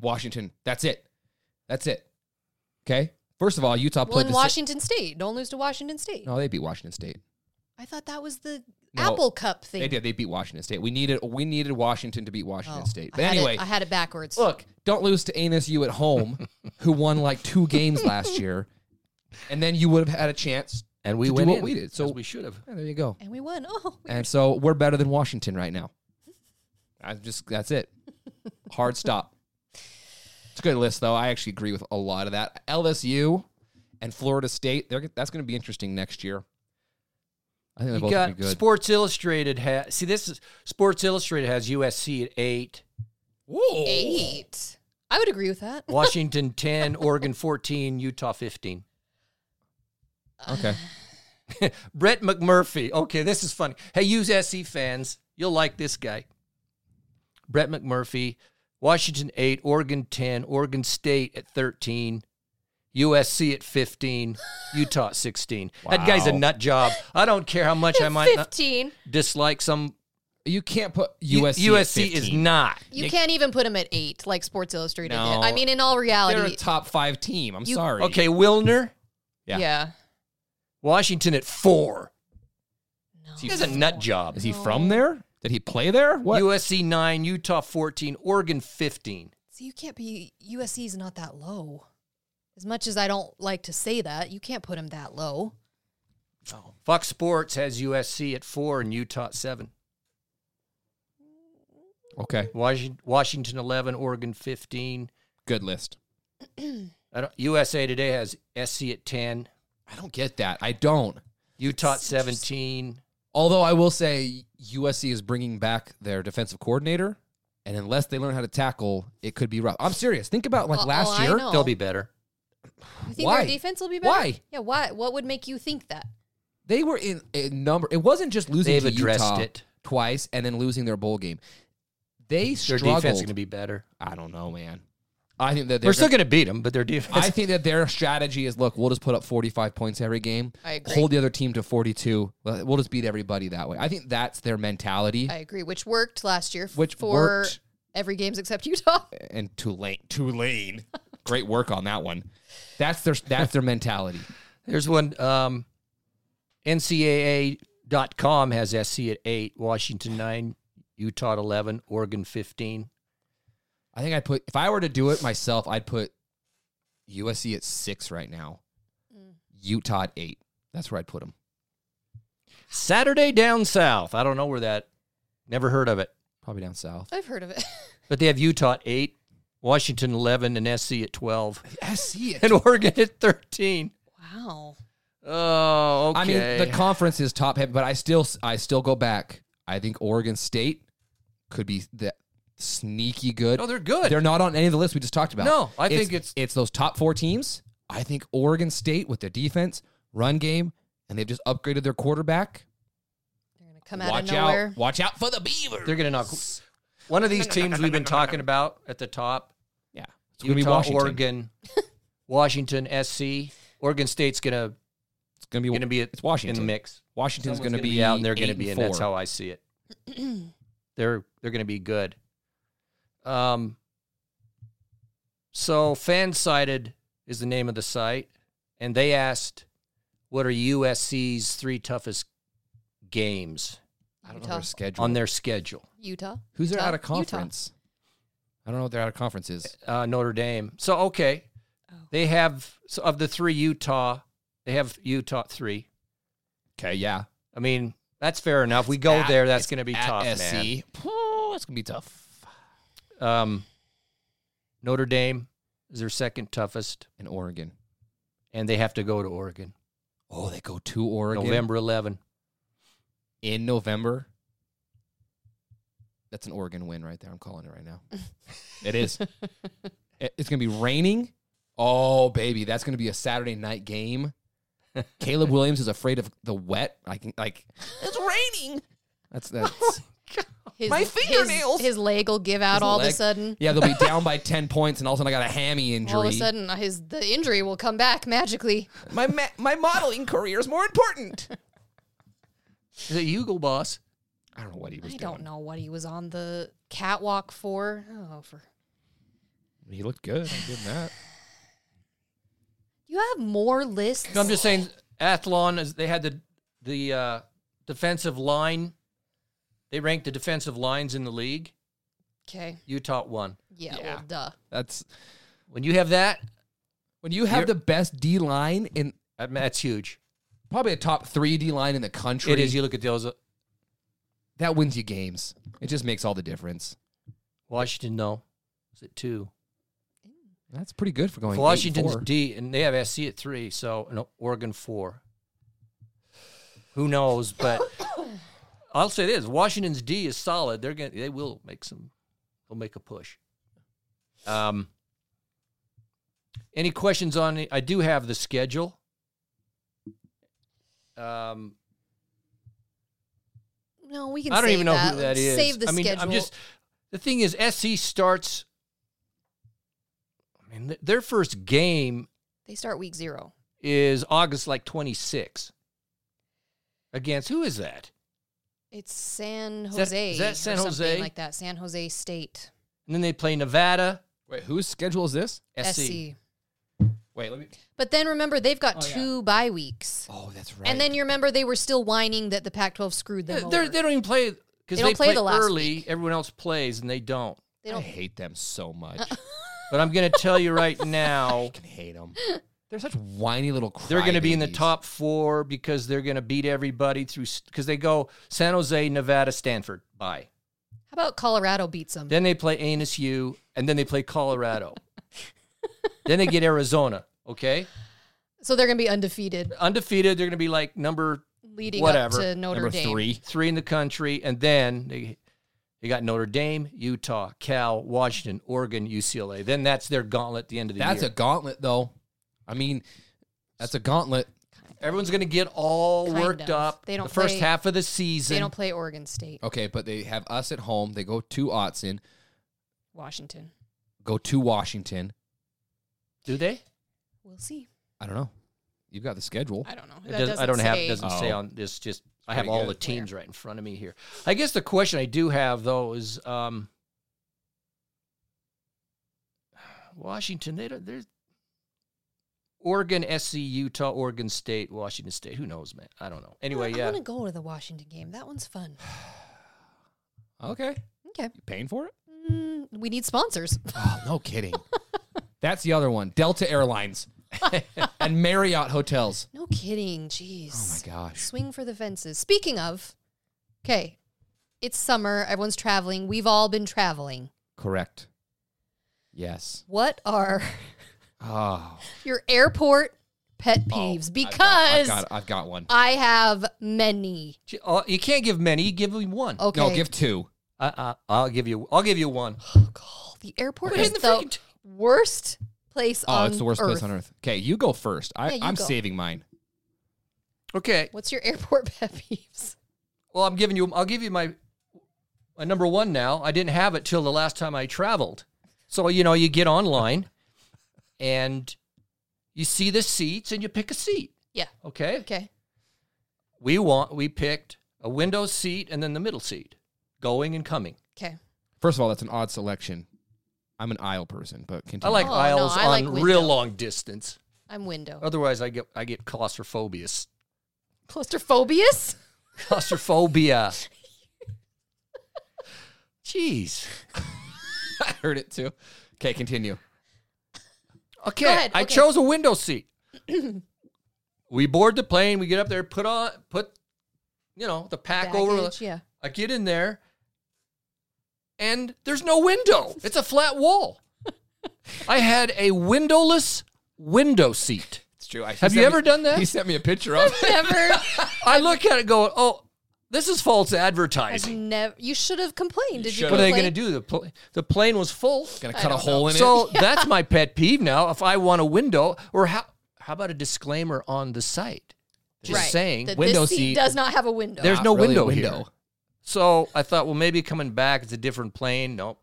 S2: Washington. That's it. That's it. Okay. First of all, Utah
S1: Well,
S2: played
S1: in
S2: the sa-
S1: Washington State, don't lose to Washington State.
S2: no, they beat Washington State.
S1: I thought that was the
S2: No.
S1: Apple Cup thing.
S2: They did. They beat Washington State. We needed we needed Washington to beat Washington
S1: Oh,
S2: State.
S1: I
S2: But
S1: had it-
S2: anyway,
S1: I had it backwards.
S2: look, don't lose to ANSU at home, who won like two games last year, and then you would have had a chance.
S3: and we
S2: to do
S3: went
S2: what
S3: in,
S2: we did.
S3: as
S2: So-
S3: we should have.
S2: Yeah, there you go.
S1: and we won. Oh,
S2: And so we're better than Washington right now. I just that's it. Hard stop. It's a good list though. I actually agree with a lot of that. LSU and Florida State. They're, that's going to be interesting next year. I think they're
S3: You
S2: both going to
S3: got
S2: be good.
S3: Sports Illustrated has see this is Sports Illustrated has USC at eight.
S2: Whoa.
S1: eight. I would agree with that.
S3: Washington 10, Oregon 14, Utah 15.
S2: Okay.
S3: Brett McMurphy. Okay, this is funny. Hey, use SE fans. You'll like this guy. Brett McMurphy, Washington 8, Oregon 10, Oregon State at 13, USC at 15, Utah at 16. That guy's a
S2: Wow.
S3: nut job. I don't care how much I might not
S1: Fifteen.
S3: dislike some.
S2: You can't put
S3: U-
S2: USC. at
S3: USC is
S2: 15.
S3: not.
S1: You can't even put them at eight, like Sports Illustrated.
S2: No.
S1: did. I mean, in all
S2: They're a
S1: reality,
S2: top five team. I'm
S1: You-
S2: sorry.
S3: Okay, Wilner,
S2: yeah.
S1: yeah.
S3: Washington at 4.
S1: No.
S3: He's a nut job.
S2: Is he from there? Did he play there? What?
S3: USC 9, Utah 14, Oregon 15.
S1: So you can't be USC's not that low. As much as I don't like to say that, you can't put them that low.
S3: Fox Sports has USC at 4 and Utah at 7.
S2: okay.
S3: Washington, Washington 11, Oregon 15.
S2: Good list.
S3: I don't, USA Today has SC at 10,
S2: I don't get that. I don't.
S3: Utah at 17.
S2: Although I will say USC is bringing back their defensive coordinator, and unless they learn how to tackle, it could be rough. I'm serious. Think about like
S1: Oh,
S2: last
S1: oh, I
S2: year.
S1: know.
S3: They'll be better.
S1: You think
S2: Why?
S1: our defense will be better?
S2: Why?
S1: Yeah, why? What would make you think that?
S2: They were in a number. It wasn't just losing
S3: They've
S2: to
S3: addressed
S2: Utah
S3: it.
S2: twice and then losing their bowl game. They
S3: Their
S2: struggled.
S3: defense is going to be better.
S2: I don't know, man. I think that
S3: We're
S2: they're
S3: still going to beat them, but their
S2: I
S3: defense.
S2: think that their strategy is look, we'll just put up 45 points every game.
S1: I agree.
S2: Hold the other team to 42. We'll we'll just beat everybody that way. I think that's their mentality.
S1: I agree, which worked last year
S2: Which
S1: for
S2: worked.
S1: every games except Utah.
S2: and Tulane, Tulane, great work on that one. That's their that's their mentality.
S3: There's one. Um, NCAA.com has SC at 8, Washington 9, Utah at 11, Oregon 15.
S2: I think I'd put if I were to do it myself, I'd put USC at six right now,
S3: Mm.
S2: Utah at eight. That's where I'd put them.
S3: Saturday down south. I don't know where that. Never heard of it.
S2: Probably down south.
S1: I've heard of it.
S3: But they have Utah at eight, Washington eleven, and SC at twelve,
S2: SC.
S3: and Oregon at thirteen.
S1: wow.
S3: Oh, okay.
S2: I mean, the conference is top heavy, but I still I still go back. I think Oregon State could be that sneaky good.
S3: no, Oh, they're good.
S2: They're not on any of the lists we just talked about.
S3: No, I think it's-
S2: it's those top four teams. I think Oregon State with their defense, run game, and they've just upgraded their quarterback.
S1: They're going to come out
S2: watch
S1: of nowhere.
S2: out! Watch out for the Beavers.
S3: They're gonna knock one of these teams we've been talking about at the top.
S2: yeah, it's gonna be
S3: Utah,
S2: Washington.
S3: Oregon, Washington, SC. Oregon State's gonna
S2: It's gonna be
S3: gonna be
S2: it's Washington.
S3: in the mix.
S2: Washington's
S3: Someone's
S2: gonna, be
S3: out, and they're gonna
S2: eight
S3: be in.
S2: four.
S3: That's how I see it. they're they're gonna be good. Um. So fansided is the name of the site, and they asked, "What are USC's three toughest games
S2: I don't
S1: Utah.
S2: know their schedule.
S3: on their schedule?"
S1: Utah.
S2: who's their
S1: Utah,
S2: out of
S1: Utah.
S2: conference? I don't know what their out of conference is.
S3: uh, Notre Dame. So okay, they have so of the three Utah, they have Utah three.
S2: Okay, yeah.
S3: I mean that's fair enough. We go
S2: At-
S3: there, that's
S2: it's
S3: going to be
S2: at E.
S3: tough,
S2: SC.
S3: man.
S2: Phew, It's gonna be tough.
S3: Um, Notre Dame is their second toughest,
S2: In Oregon.
S3: and they have to go to Oregon,
S2: Oh, they go to Oregon
S3: November 11.
S2: in November. That's an Oregon win right there. I'm calling it right now. it is. It- It's gonna be raining. Oh baby, that's gonna be a Saturday night game. Caleb Williams is afraid of the wet. I can like it's raining. That's that's
S1: His,
S2: My
S1: his-
S2: fingernails.
S1: His, leg will give out
S2: His
S1: all of a
S2: leg-
S1: sudden.
S2: yeah. They'll be down by ten points, and all of a sudden I got a hammy injury.
S1: All of a sudden, uh, his the injury will come back magically.
S2: my ma- my modeling career is more important.
S3: Is it Eagle Boss?
S2: I don't know what he was.
S1: I
S2: doing.
S1: don't know what he was on the catwalk for. Oh, for
S2: He looked good. I'm giving that.
S1: you have more lists.
S3: No, I'm just saying, Athlon is they had the the uh, defensive line. They ranked the defensive lines in the league.
S1: okay.
S3: Utah won.
S1: Yeah,
S2: Yeah.
S1: Well, duh.
S2: That's
S3: When you have that,
S2: when you have
S3: You're-
S2: the best D line in
S3: that- that's huge.
S2: probably a top three D line in the country.
S3: It is. You look at those. uh,
S2: that wins you games. It just makes all the difference.
S3: Washington, no. Is it two?
S2: That's pretty good for going. Washington's
S3: Washington's D, and they have SC at three, so no, Oregon four. Who knows? But I'll say this: Washington's D is solid. They're gonna, they will make some, they'll make a push. Um. Any questions on? the- I do have the schedule. Um,
S1: No, we can.
S3: I don't
S1: save
S3: even know
S1: that.
S3: who that
S1: Let's
S3: is.
S1: Save the
S3: I mean,
S1: schedule.
S3: I'm just the thing is SC starts. I mean, th- their first game
S1: they start week zero.
S3: is August like 26. Against who is that?
S1: It's San
S3: Is that-
S1: Jose.
S3: is that
S1: or
S3: San
S1: something
S3: Jose?
S1: Like that. San Jose State.
S3: And then they play Nevada,
S2: Wait, whose schedule is this?
S3: SC.
S1: SC.
S2: Wait, let me.
S1: But then remember, they've got
S2: Oh,
S1: two
S2: yeah.
S1: bye weeks.
S2: Oh, that's right.
S1: And then you remember they were still whining that the Pac-12 screwed them.
S3: They're- they're-
S1: over.
S3: They don't even play because
S1: They
S3: they,
S1: don't play
S3: play,
S1: the last
S3: early. Everyone else plays and they don't.
S1: They
S2: I
S1: don't.
S2: hate them so much.
S1: Uh-uh.
S3: But I'm going to tell you right now,
S2: I can hate them. They're such whiny little.
S3: they're going to be in the
S2: crybabies.
S3: top four because they're going to beat everybody through because they go San Jose, Nevada, Stanford. Bye.
S1: How about Colorado beats them?
S3: Then they play Anus U, and then they play Colorado. then they get Arizona. Okay,
S1: So they're going to be undefeated,
S3: undefeated. They're going to be like number
S1: leading
S3: Whatever.
S1: up to Notre
S2: number
S1: Dame.
S2: three.
S3: three in the country, and then they they got Notre Dame, Utah, Cal, Washington, Oregon, UCLA. Then that's their gauntlet at the end of the
S2: That's
S3: year.
S2: a gauntlet, though. I mean, that's a gauntlet.
S3: Everyone's going to get all
S1: Kind
S3: worked
S1: of.
S3: up.
S1: They don't
S3: the
S1: play-
S3: first half of the season. Oh.
S1: They don't play Oregon State,
S2: Okay, but they have us at home. They go to Otson,
S1: Washington.
S2: go to Washington.
S3: do they?
S1: We'll see.
S2: I don't know. You've got the schedule.
S1: I don't know.
S3: It
S1: That
S3: does-
S1: doesn't
S3: I don't have.
S1: say.
S3: It doesn't say
S2: Oh.
S3: on this. Just I have
S2: pretty
S3: all
S2: good.
S3: the teams right in front of me here. I guess the question I do have though is um, Washington. They don't. They're Oregon, SC, Utah, Oregon State, Washington State. Who knows, man? I don't know. Anyway,
S1: I
S3: yeah.
S1: want to go to the Washington game. That one's fun.
S2: Okay,
S1: Okay.
S2: you paying for it?
S1: Mm, Mm, we need sponsors.
S2: Oh, no kidding. That's the other one. Delta Airlines and Marriott Hotels.
S1: no kidding.
S2: Oh my
S1: Jeez.
S2: gosh.
S1: Swing for the fences. Speaking of, okay, it's summer. Everyone's traveling. We've all been traveling.
S2: Correct. Yes.
S1: What are
S2: Oh.
S1: your airport pet peeves? because
S2: I've got, I've got, I've got one.
S1: I have many.
S3: J- oh, You can't give many. You give me one.
S1: Okay.
S2: No, give two.
S3: I, I, I'll give you. I'll give you one.
S1: Oh, God. The airport
S3: Put it
S1: is
S3: in
S1: the,
S3: the freaking t-
S1: worst place on
S2: Oh, it's the worst place on earth. Okay, you go first. I,
S1: Yeah, you
S2: I'm
S1: go.
S2: saving mine.
S3: Okay.
S1: What's your airport pet peeves?
S3: Well, I'm giving you. I'll give you my my number one now. I didn't have it till the last time I traveled. So you know, you get online and you see the seats and you pick a seat.
S1: Yeah.
S3: Okay.
S1: Okay.
S3: We want. We picked a window seat and then the middle seat, going and coming.
S1: Okay.
S2: First of all, that's an odd selection. I'm an aisle person, but continue.
S3: I like
S1: Oh, no,
S3: aisles
S1: I
S3: on
S1: like window.
S3: real long distance.
S1: I'm window.
S3: Otherwise, I get I get claustrophobia.
S1: Claustrophobius?
S3: Claustrophobia. Jeez.
S2: I heard it too. Okay, continue.
S3: Okay,
S1: Go ahead,
S3: I
S1: okay.
S3: chose a window seat. we board the plane. We get up there. Put on. Put. You know the pack over.
S1: Baggage, yeah.
S3: I get in there, and there's no window. It's a flat wall. I had a windowless window seat.
S2: It's true. I,
S3: Have you ever done that?
S2: He sent me a picture of it.
S1: Never.
S3: I look at it going, "Oh, this is false
S1: I've
S3: advertising."
S1: never. You should have complained. Did you?
S2: should've.
S3: What are they
S1: complain?
S3: going to do? The pl- the plane was full.
S2: Gonna cut a
S1: don't
S2: hole in it.
S3: So that's my pet peeve now. If I want a window, or how how about a disclaimer on the site? Just
S1: Right.
S3: saying,
S1: That
S3: window
S1: this seat,
S3: seat.
S1: does not have a window.
S3: there's
S2: Not
S3: no
S2: really a
S3: window,
S2: window.
S3: here. So I thought, well, maybe coming back, it's a different plane. Nope.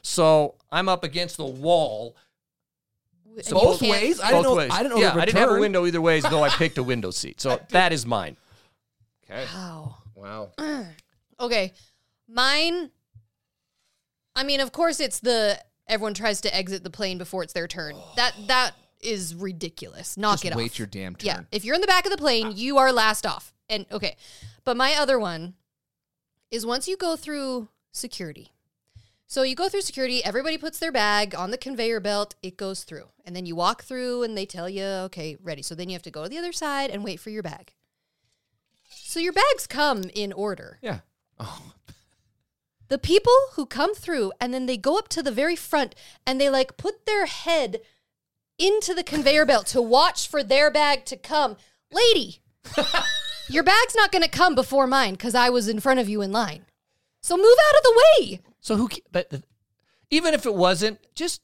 S3: So I'm up against the wall.
S1: And
S3: So
S1: you
S2: both
S1: can't-
S2: ways? I didn't
S3: both
S2: know-
S3: ways.
S2: I didn't know
S3: Yeah,
S2: the
S3: I didn't have a
S2: return.
S3: window either ways, though I picked a window seat. So that is mine.
S2: okay.
S1: Wow.
S2: Wow.
S1: Okay. Mine. I mean, of course, it's the everyone tries to exit the plane before it's their turn. That that is ridiculous. Knock
S2: Just
S1: it
S2: wait
S1: off.
S2: your damn turn.
S1: Yeah. If you're in the back of the plane, you are last off. And okay. But my other one is once you go through security. So you go through security, everybody puts their bag on the conveyor belt, it goes through. And then you walk through and they tell you, okay, ready. So then you have to go to the other side and wait for your bag. So your bags come in order.
S2: Yeah.
S1: The people who come through and then they go up to the very front and they like put their head into the conveyor belt to watch for their bag to come. Lady, your bag's not going to come before mine because I was in front of you in line. So move out of the way.
S3: So who? ca- But the- even if it wasn't, just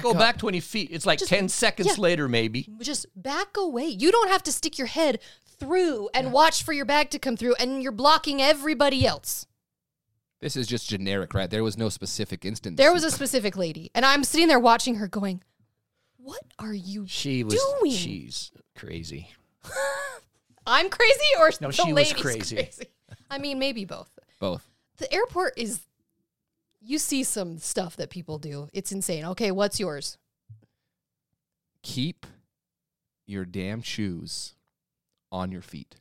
S3: go
S2: up.
S3: back 20 feet. It's like
S1: Just-
S3: 10 seconds
S1: yeah.
S3: later, maybe.
S1: Just back away. You don't have to stick your head through and watch for your bag to come through and you're blocking everybody else.
S2: This is just generic, right? There was no specific instance.
S1: There was a specific lady and I'm sitting there watching her going, What are you
S3: She was.
S1: doing?
S3: She's crazy.
S1: I'm crazy or
S3: No,
S1: the
S3: she was
S1: lady's crazy.
S3: crazy.
S1: I mean, maybe both.
S2: both.
S1: The airport is you see some stuff that people do. It's insane. Okay, what's yours?
S2: Keep your damn shoes on your feet.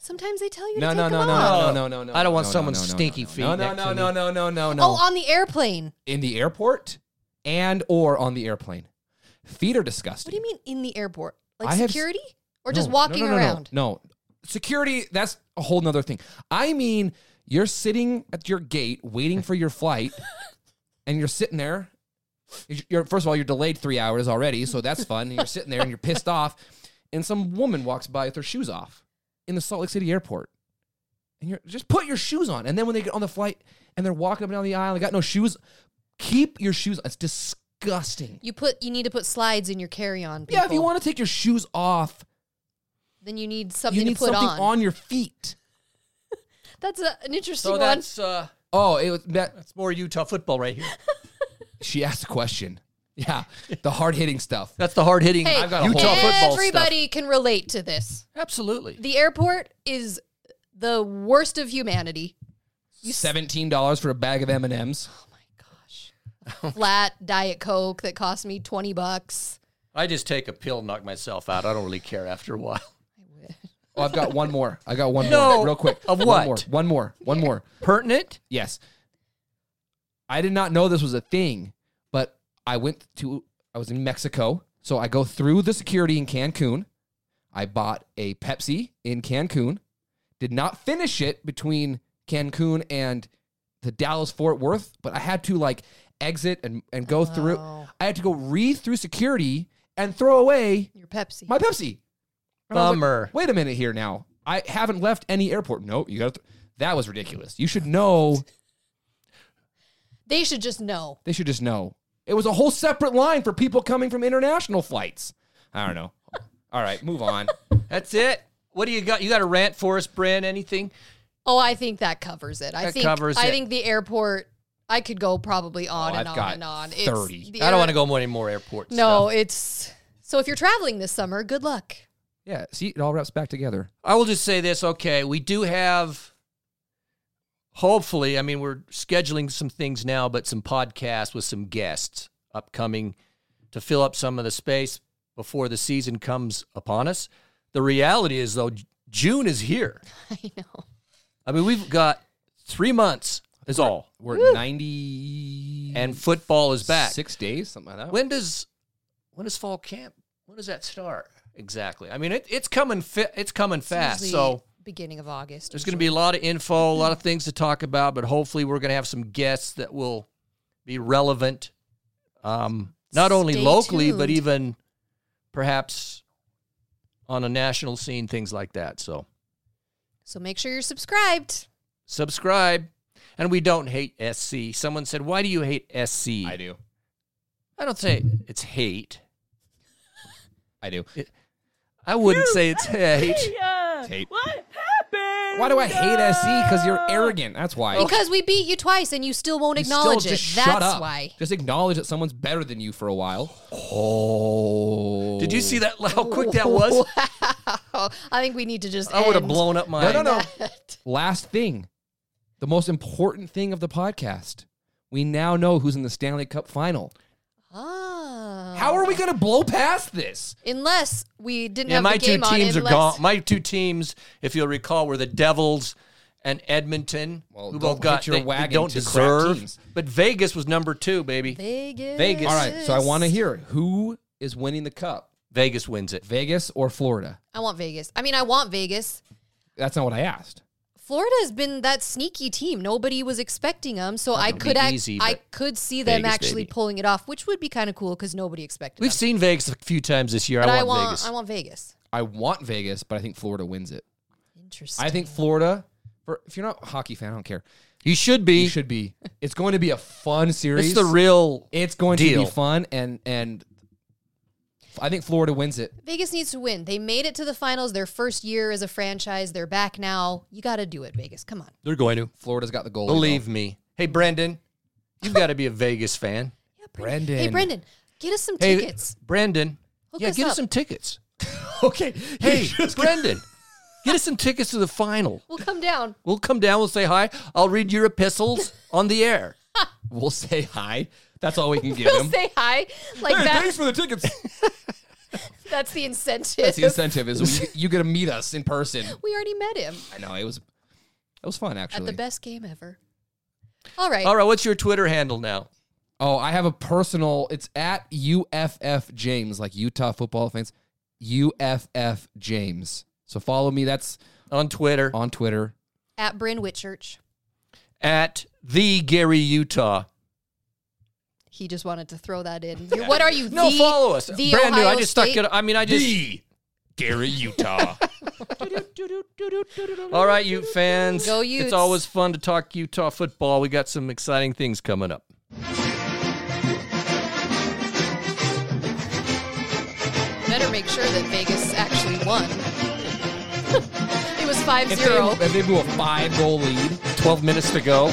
S1: Sometimes they tell you
S2: No,
S1: to
S2: no,
S1: take
S2: no,
S1: them
S2: no,
S1: off.
S2: no, no, no, no.
S3: I don't want
S2: no, no,
S3: someone's
S2: no, no,
S3: stinky
S2: no, no,
S3: feet
S2: No, no,
S3: next
S2: no,
S3: to
S2: no,
S3: me.
S2: no, no, no,
S1: Oh,
S2: no.
S1: on the airplane.
S2: In the airport and or on the airplane. Feet are disgusting.
S1: What do you mean in the airport? Like
S2: I have s-
S1: security or just
S2: No, no,
S1: walking
S2: no, no, no,
S1: around?
S2: No, security. That's a whole nother thing. I mean, you're sitting at your gate waiting for your flight, and you're sitting there. You're first of all, you're delayed three hours already, so that's fun. And you're sitting there and you're pissed off, and some woman walks by with her shoes off in the Salt Lake City airport, and you're just put your shoes on. And then when they get on the flight and they're walking up and down the aisle, they got no shoes. Keep your shoes. It's disgusting.
S1: You put you need to put slides in your carry-on. People.
S2: Yeah, if you want to take your shoes off,
S1: then you need something
S2: you need
S1: to put
S2: something
S1: on.
S2: on your feet.
S1: That's a, an interesting
S3: So
S1: one.
S3: that's uh,
S2: Oh, it was that
S3: that's more Utah football right here.
S2: she asked a question. Yeah, the hard hitting stuff.
S3: That's the hard hitting
S1: Hey,
S3: I've got
S2: a
S3: Utah
S2: whole-
S3: football stuff.
S1: everybody can relate to this.
S3: Absolutely.
S1: The airport is the worst of humanity.
S2: Seventeen dollars for a bag of M and M's.
S1: flat diet coke that cost me 20 bucks
S3: I just take a pill, and knock myself out. I don't really care after a while.
S2: Oh, I've got one more. I got one
S3: No.
S2: more. Real quick.
S3: Of
S2: One
S3: what?
S2: more. One more. One more.
S3: Pertinent?
S2: Yes. I did not know this was a thing, but I went to I was in Mexico, so I go through the security in Cancun. I bought a Pepsi in Cancun. Did not finish it between Cancun and the Dallas Fort Worth, but I had to like exit and, and go through.
S1: Wow.
S2: I had to go read through security and throw away
S1: Your Pepsi.
S2: my Pepsi. And I was like,
S3: Bummer.
S2: Wait a minute here now. I haven't left any airport. No, you got to. That was ridiculous. You should know.
S1: they should just know.
S2: They should just know. It was a whole separate line for people coming from international flights. I don't know. All right, move on.
S3: That's it. What do you got? You got a rant for us, Bryn? Anything?
S1: Oh, I think that covers it. I
S3: That
S1: think
S3: covers
S1: I
S3: it.
S1: think the airport. I could go probably on
S2: Oh,
S1: and
S2: I've
S1: on
S2: got
S1: and on.
S2: 30.
S1: the
S3: I don't
S1: air-
S3: want to go more any more airport.
S1: No,
S3: stuff.
S1: it's so if you're traveling this summer, good luck.
S2: Yeah, see, it all wraps back together.
S3: I will just say this. Okay, we do have. Hopefully, I mean we're scheduling some things now, but some podcasts with some guests upcoming to fill up some of the space before the season comes upon us. The reality is, though, J- June is here.
S1: I know.
S3: I mean, we've got three months is all,
S2: We're at 90
S3: and football is back.
S2: six days, something like that.
S3: When does when does fall camp? When does that start exactly? I mean, it, it's coming. Fi- it's coming fast.
S1: Usually
S3: So
S1: beginning of August.
S3: there's going to be a lot of info, a lot of things to talk about. But hopefully, we're going to have some guests that will be relevant, um, not only
S1: Stay
S3: locally but
S1: tuned.
S3: even perhaps on a national scene, things like that. So
S1: So make sure you're subscribed.
S3: subscribe. And we don't hate SC. Someone said, "Why do you hate SC?"
S2: I do.
S3: I don't say it's hate.
S2: I do.
S3: I wouldn't say it's hate.
S4: Yeah.
S2: Tape.
S4: What happened?
S2: Why do I hate SC? Because you're arrogant. That's why.
S3: Oh.
S1: Because we beat you twice and you still won't
S2: You still
S1: acknowledge it.
S2: just
S1: That's
S2: shut up.
S1: why.
S2: Just acknowledge that someone's better than you for a while.
S3: Oh. Did you see that? How quick that was?
S1: Wow. I think we need to just
S3: I would have
S1: end
S3: blown up my.
S2: No, no,
S1: that.
S2: Last thing, the most important thing of the podcast. We now know who's in the Stanley Cup final.
S1: Ah.
S2: How are we going to blow past this?
S1: Unless we didn't
S3: Yeah,
S1: have
S3: my
S1: the
S3: two
S1: game on
S3: teams are
S1: unless
S3: gone. My two teams, if you'll recall, were the Devils and Edmonton,
S2: Well,
S3: who
S2: don't
S3: both got
S2: hitch your
S3: they, they
S2: wagon
S3: don't
S2: to crap
S3: deserve.
S2: teams.
S3: But Vegas was number two, baby.
S1: Vegas.
S3: Vegas.
S2: All right, so I want to hear who is winning the cup,
S3: Vegas wins it.
S2: Vegas or Florida?
S1: I want Vegas. I mean, I want Vegas.
S2: That's not what I asked.
S1: Florida has been that sneaky team. Nobody was expecting them, so I
S3: gonna
S1: could
S3: be
S1: ac-
S3: easy,
S1: I
S3: but
S1: could see them
S3: Vegas,
S1: actually
S3: baby.
S1: pulling it off, which would be kind of cool because nobody expected.
S3: We've
S1: them.
S3: seen Vegas a few times this year.
S1: but
S3: I
S1: I
S3: want,
S1: want
S3: Vegas.
S1: I want Vegas.
S2: I want Vegas, but I think Florida wins it.
S1: Interesting.
S2: I think Florida. For, if you're not a hockey fan, I don't care.
S3: you should be.
S2: You should be. It's going to be a fun series.
S3: it's the real.
S2: It's going
S3: deal.
S2: to be fun, and and I think Florida wins it.
S1: Vegas needs to win. They made it to the finals their first year as a franchise. They're back now. You got to do it, Vegas. Come on.
S3: They're going to
S2: Florida's got the goal.
S3: believe me. Hey, Brendan, you've got to be a Vegas fan.
S1: Yeah,
S2: Brendan.
S1: Hey, Brendan, get us some
S3: Hey,
S1: tickets.
S3: Brendan.
S1: Hook
S3: yeah,
S1: us
S3: get
S1: up.
S3: us some tickets.
S2: okay.
S3: Hey, Brendan, get us some tickets to the final.
S1: We'll come down.
S3: We'll come down. We'll say hi. I'll read your epistles on the air.
S2: we'll say hi. That's all we can give
S1: We'll
S2: him.
S1: say hi. Like
S2: hey,
S1: that,
S2: thanks for the tickets.
S1: that's the incentive.
S2: That's the incentive is we, you get to meet us in person.
S1: we already met him
S2: I know it was. It was fun
S1: at
S2: actually.
S1: the best game ever. All right.
S3: All right. What's your Twitter handle now?
S2: Oh, I have a personal. It's at UFF James, like Utah football fans. UFF James. So follow me. That's
S3: On Twitter
S2: on Twitter.
S1: At Bryn Whitchurch.
S3: at the Gary Utah.
S1: He just wanted to throw that in. You're- What are you?
S3: No,
S1: the-
S3: follow us.
S1: The
S3: Brand
S1: Ohio
S3: new. I just
S1: State?
S3: stuck it. I mean, I just.
S2: Gary Utah.
S3: All right, you fans.
S1: Go
S3: It's
S1: Utes.
S3: always fun to talk Utah football. We got some exciting things coming up.
S1: Better make sure that Vegas actually won. it was 5
S2: if,
S1: 0.
S2: They, if they blew a five goal lead,
S3: 12 minutes to go.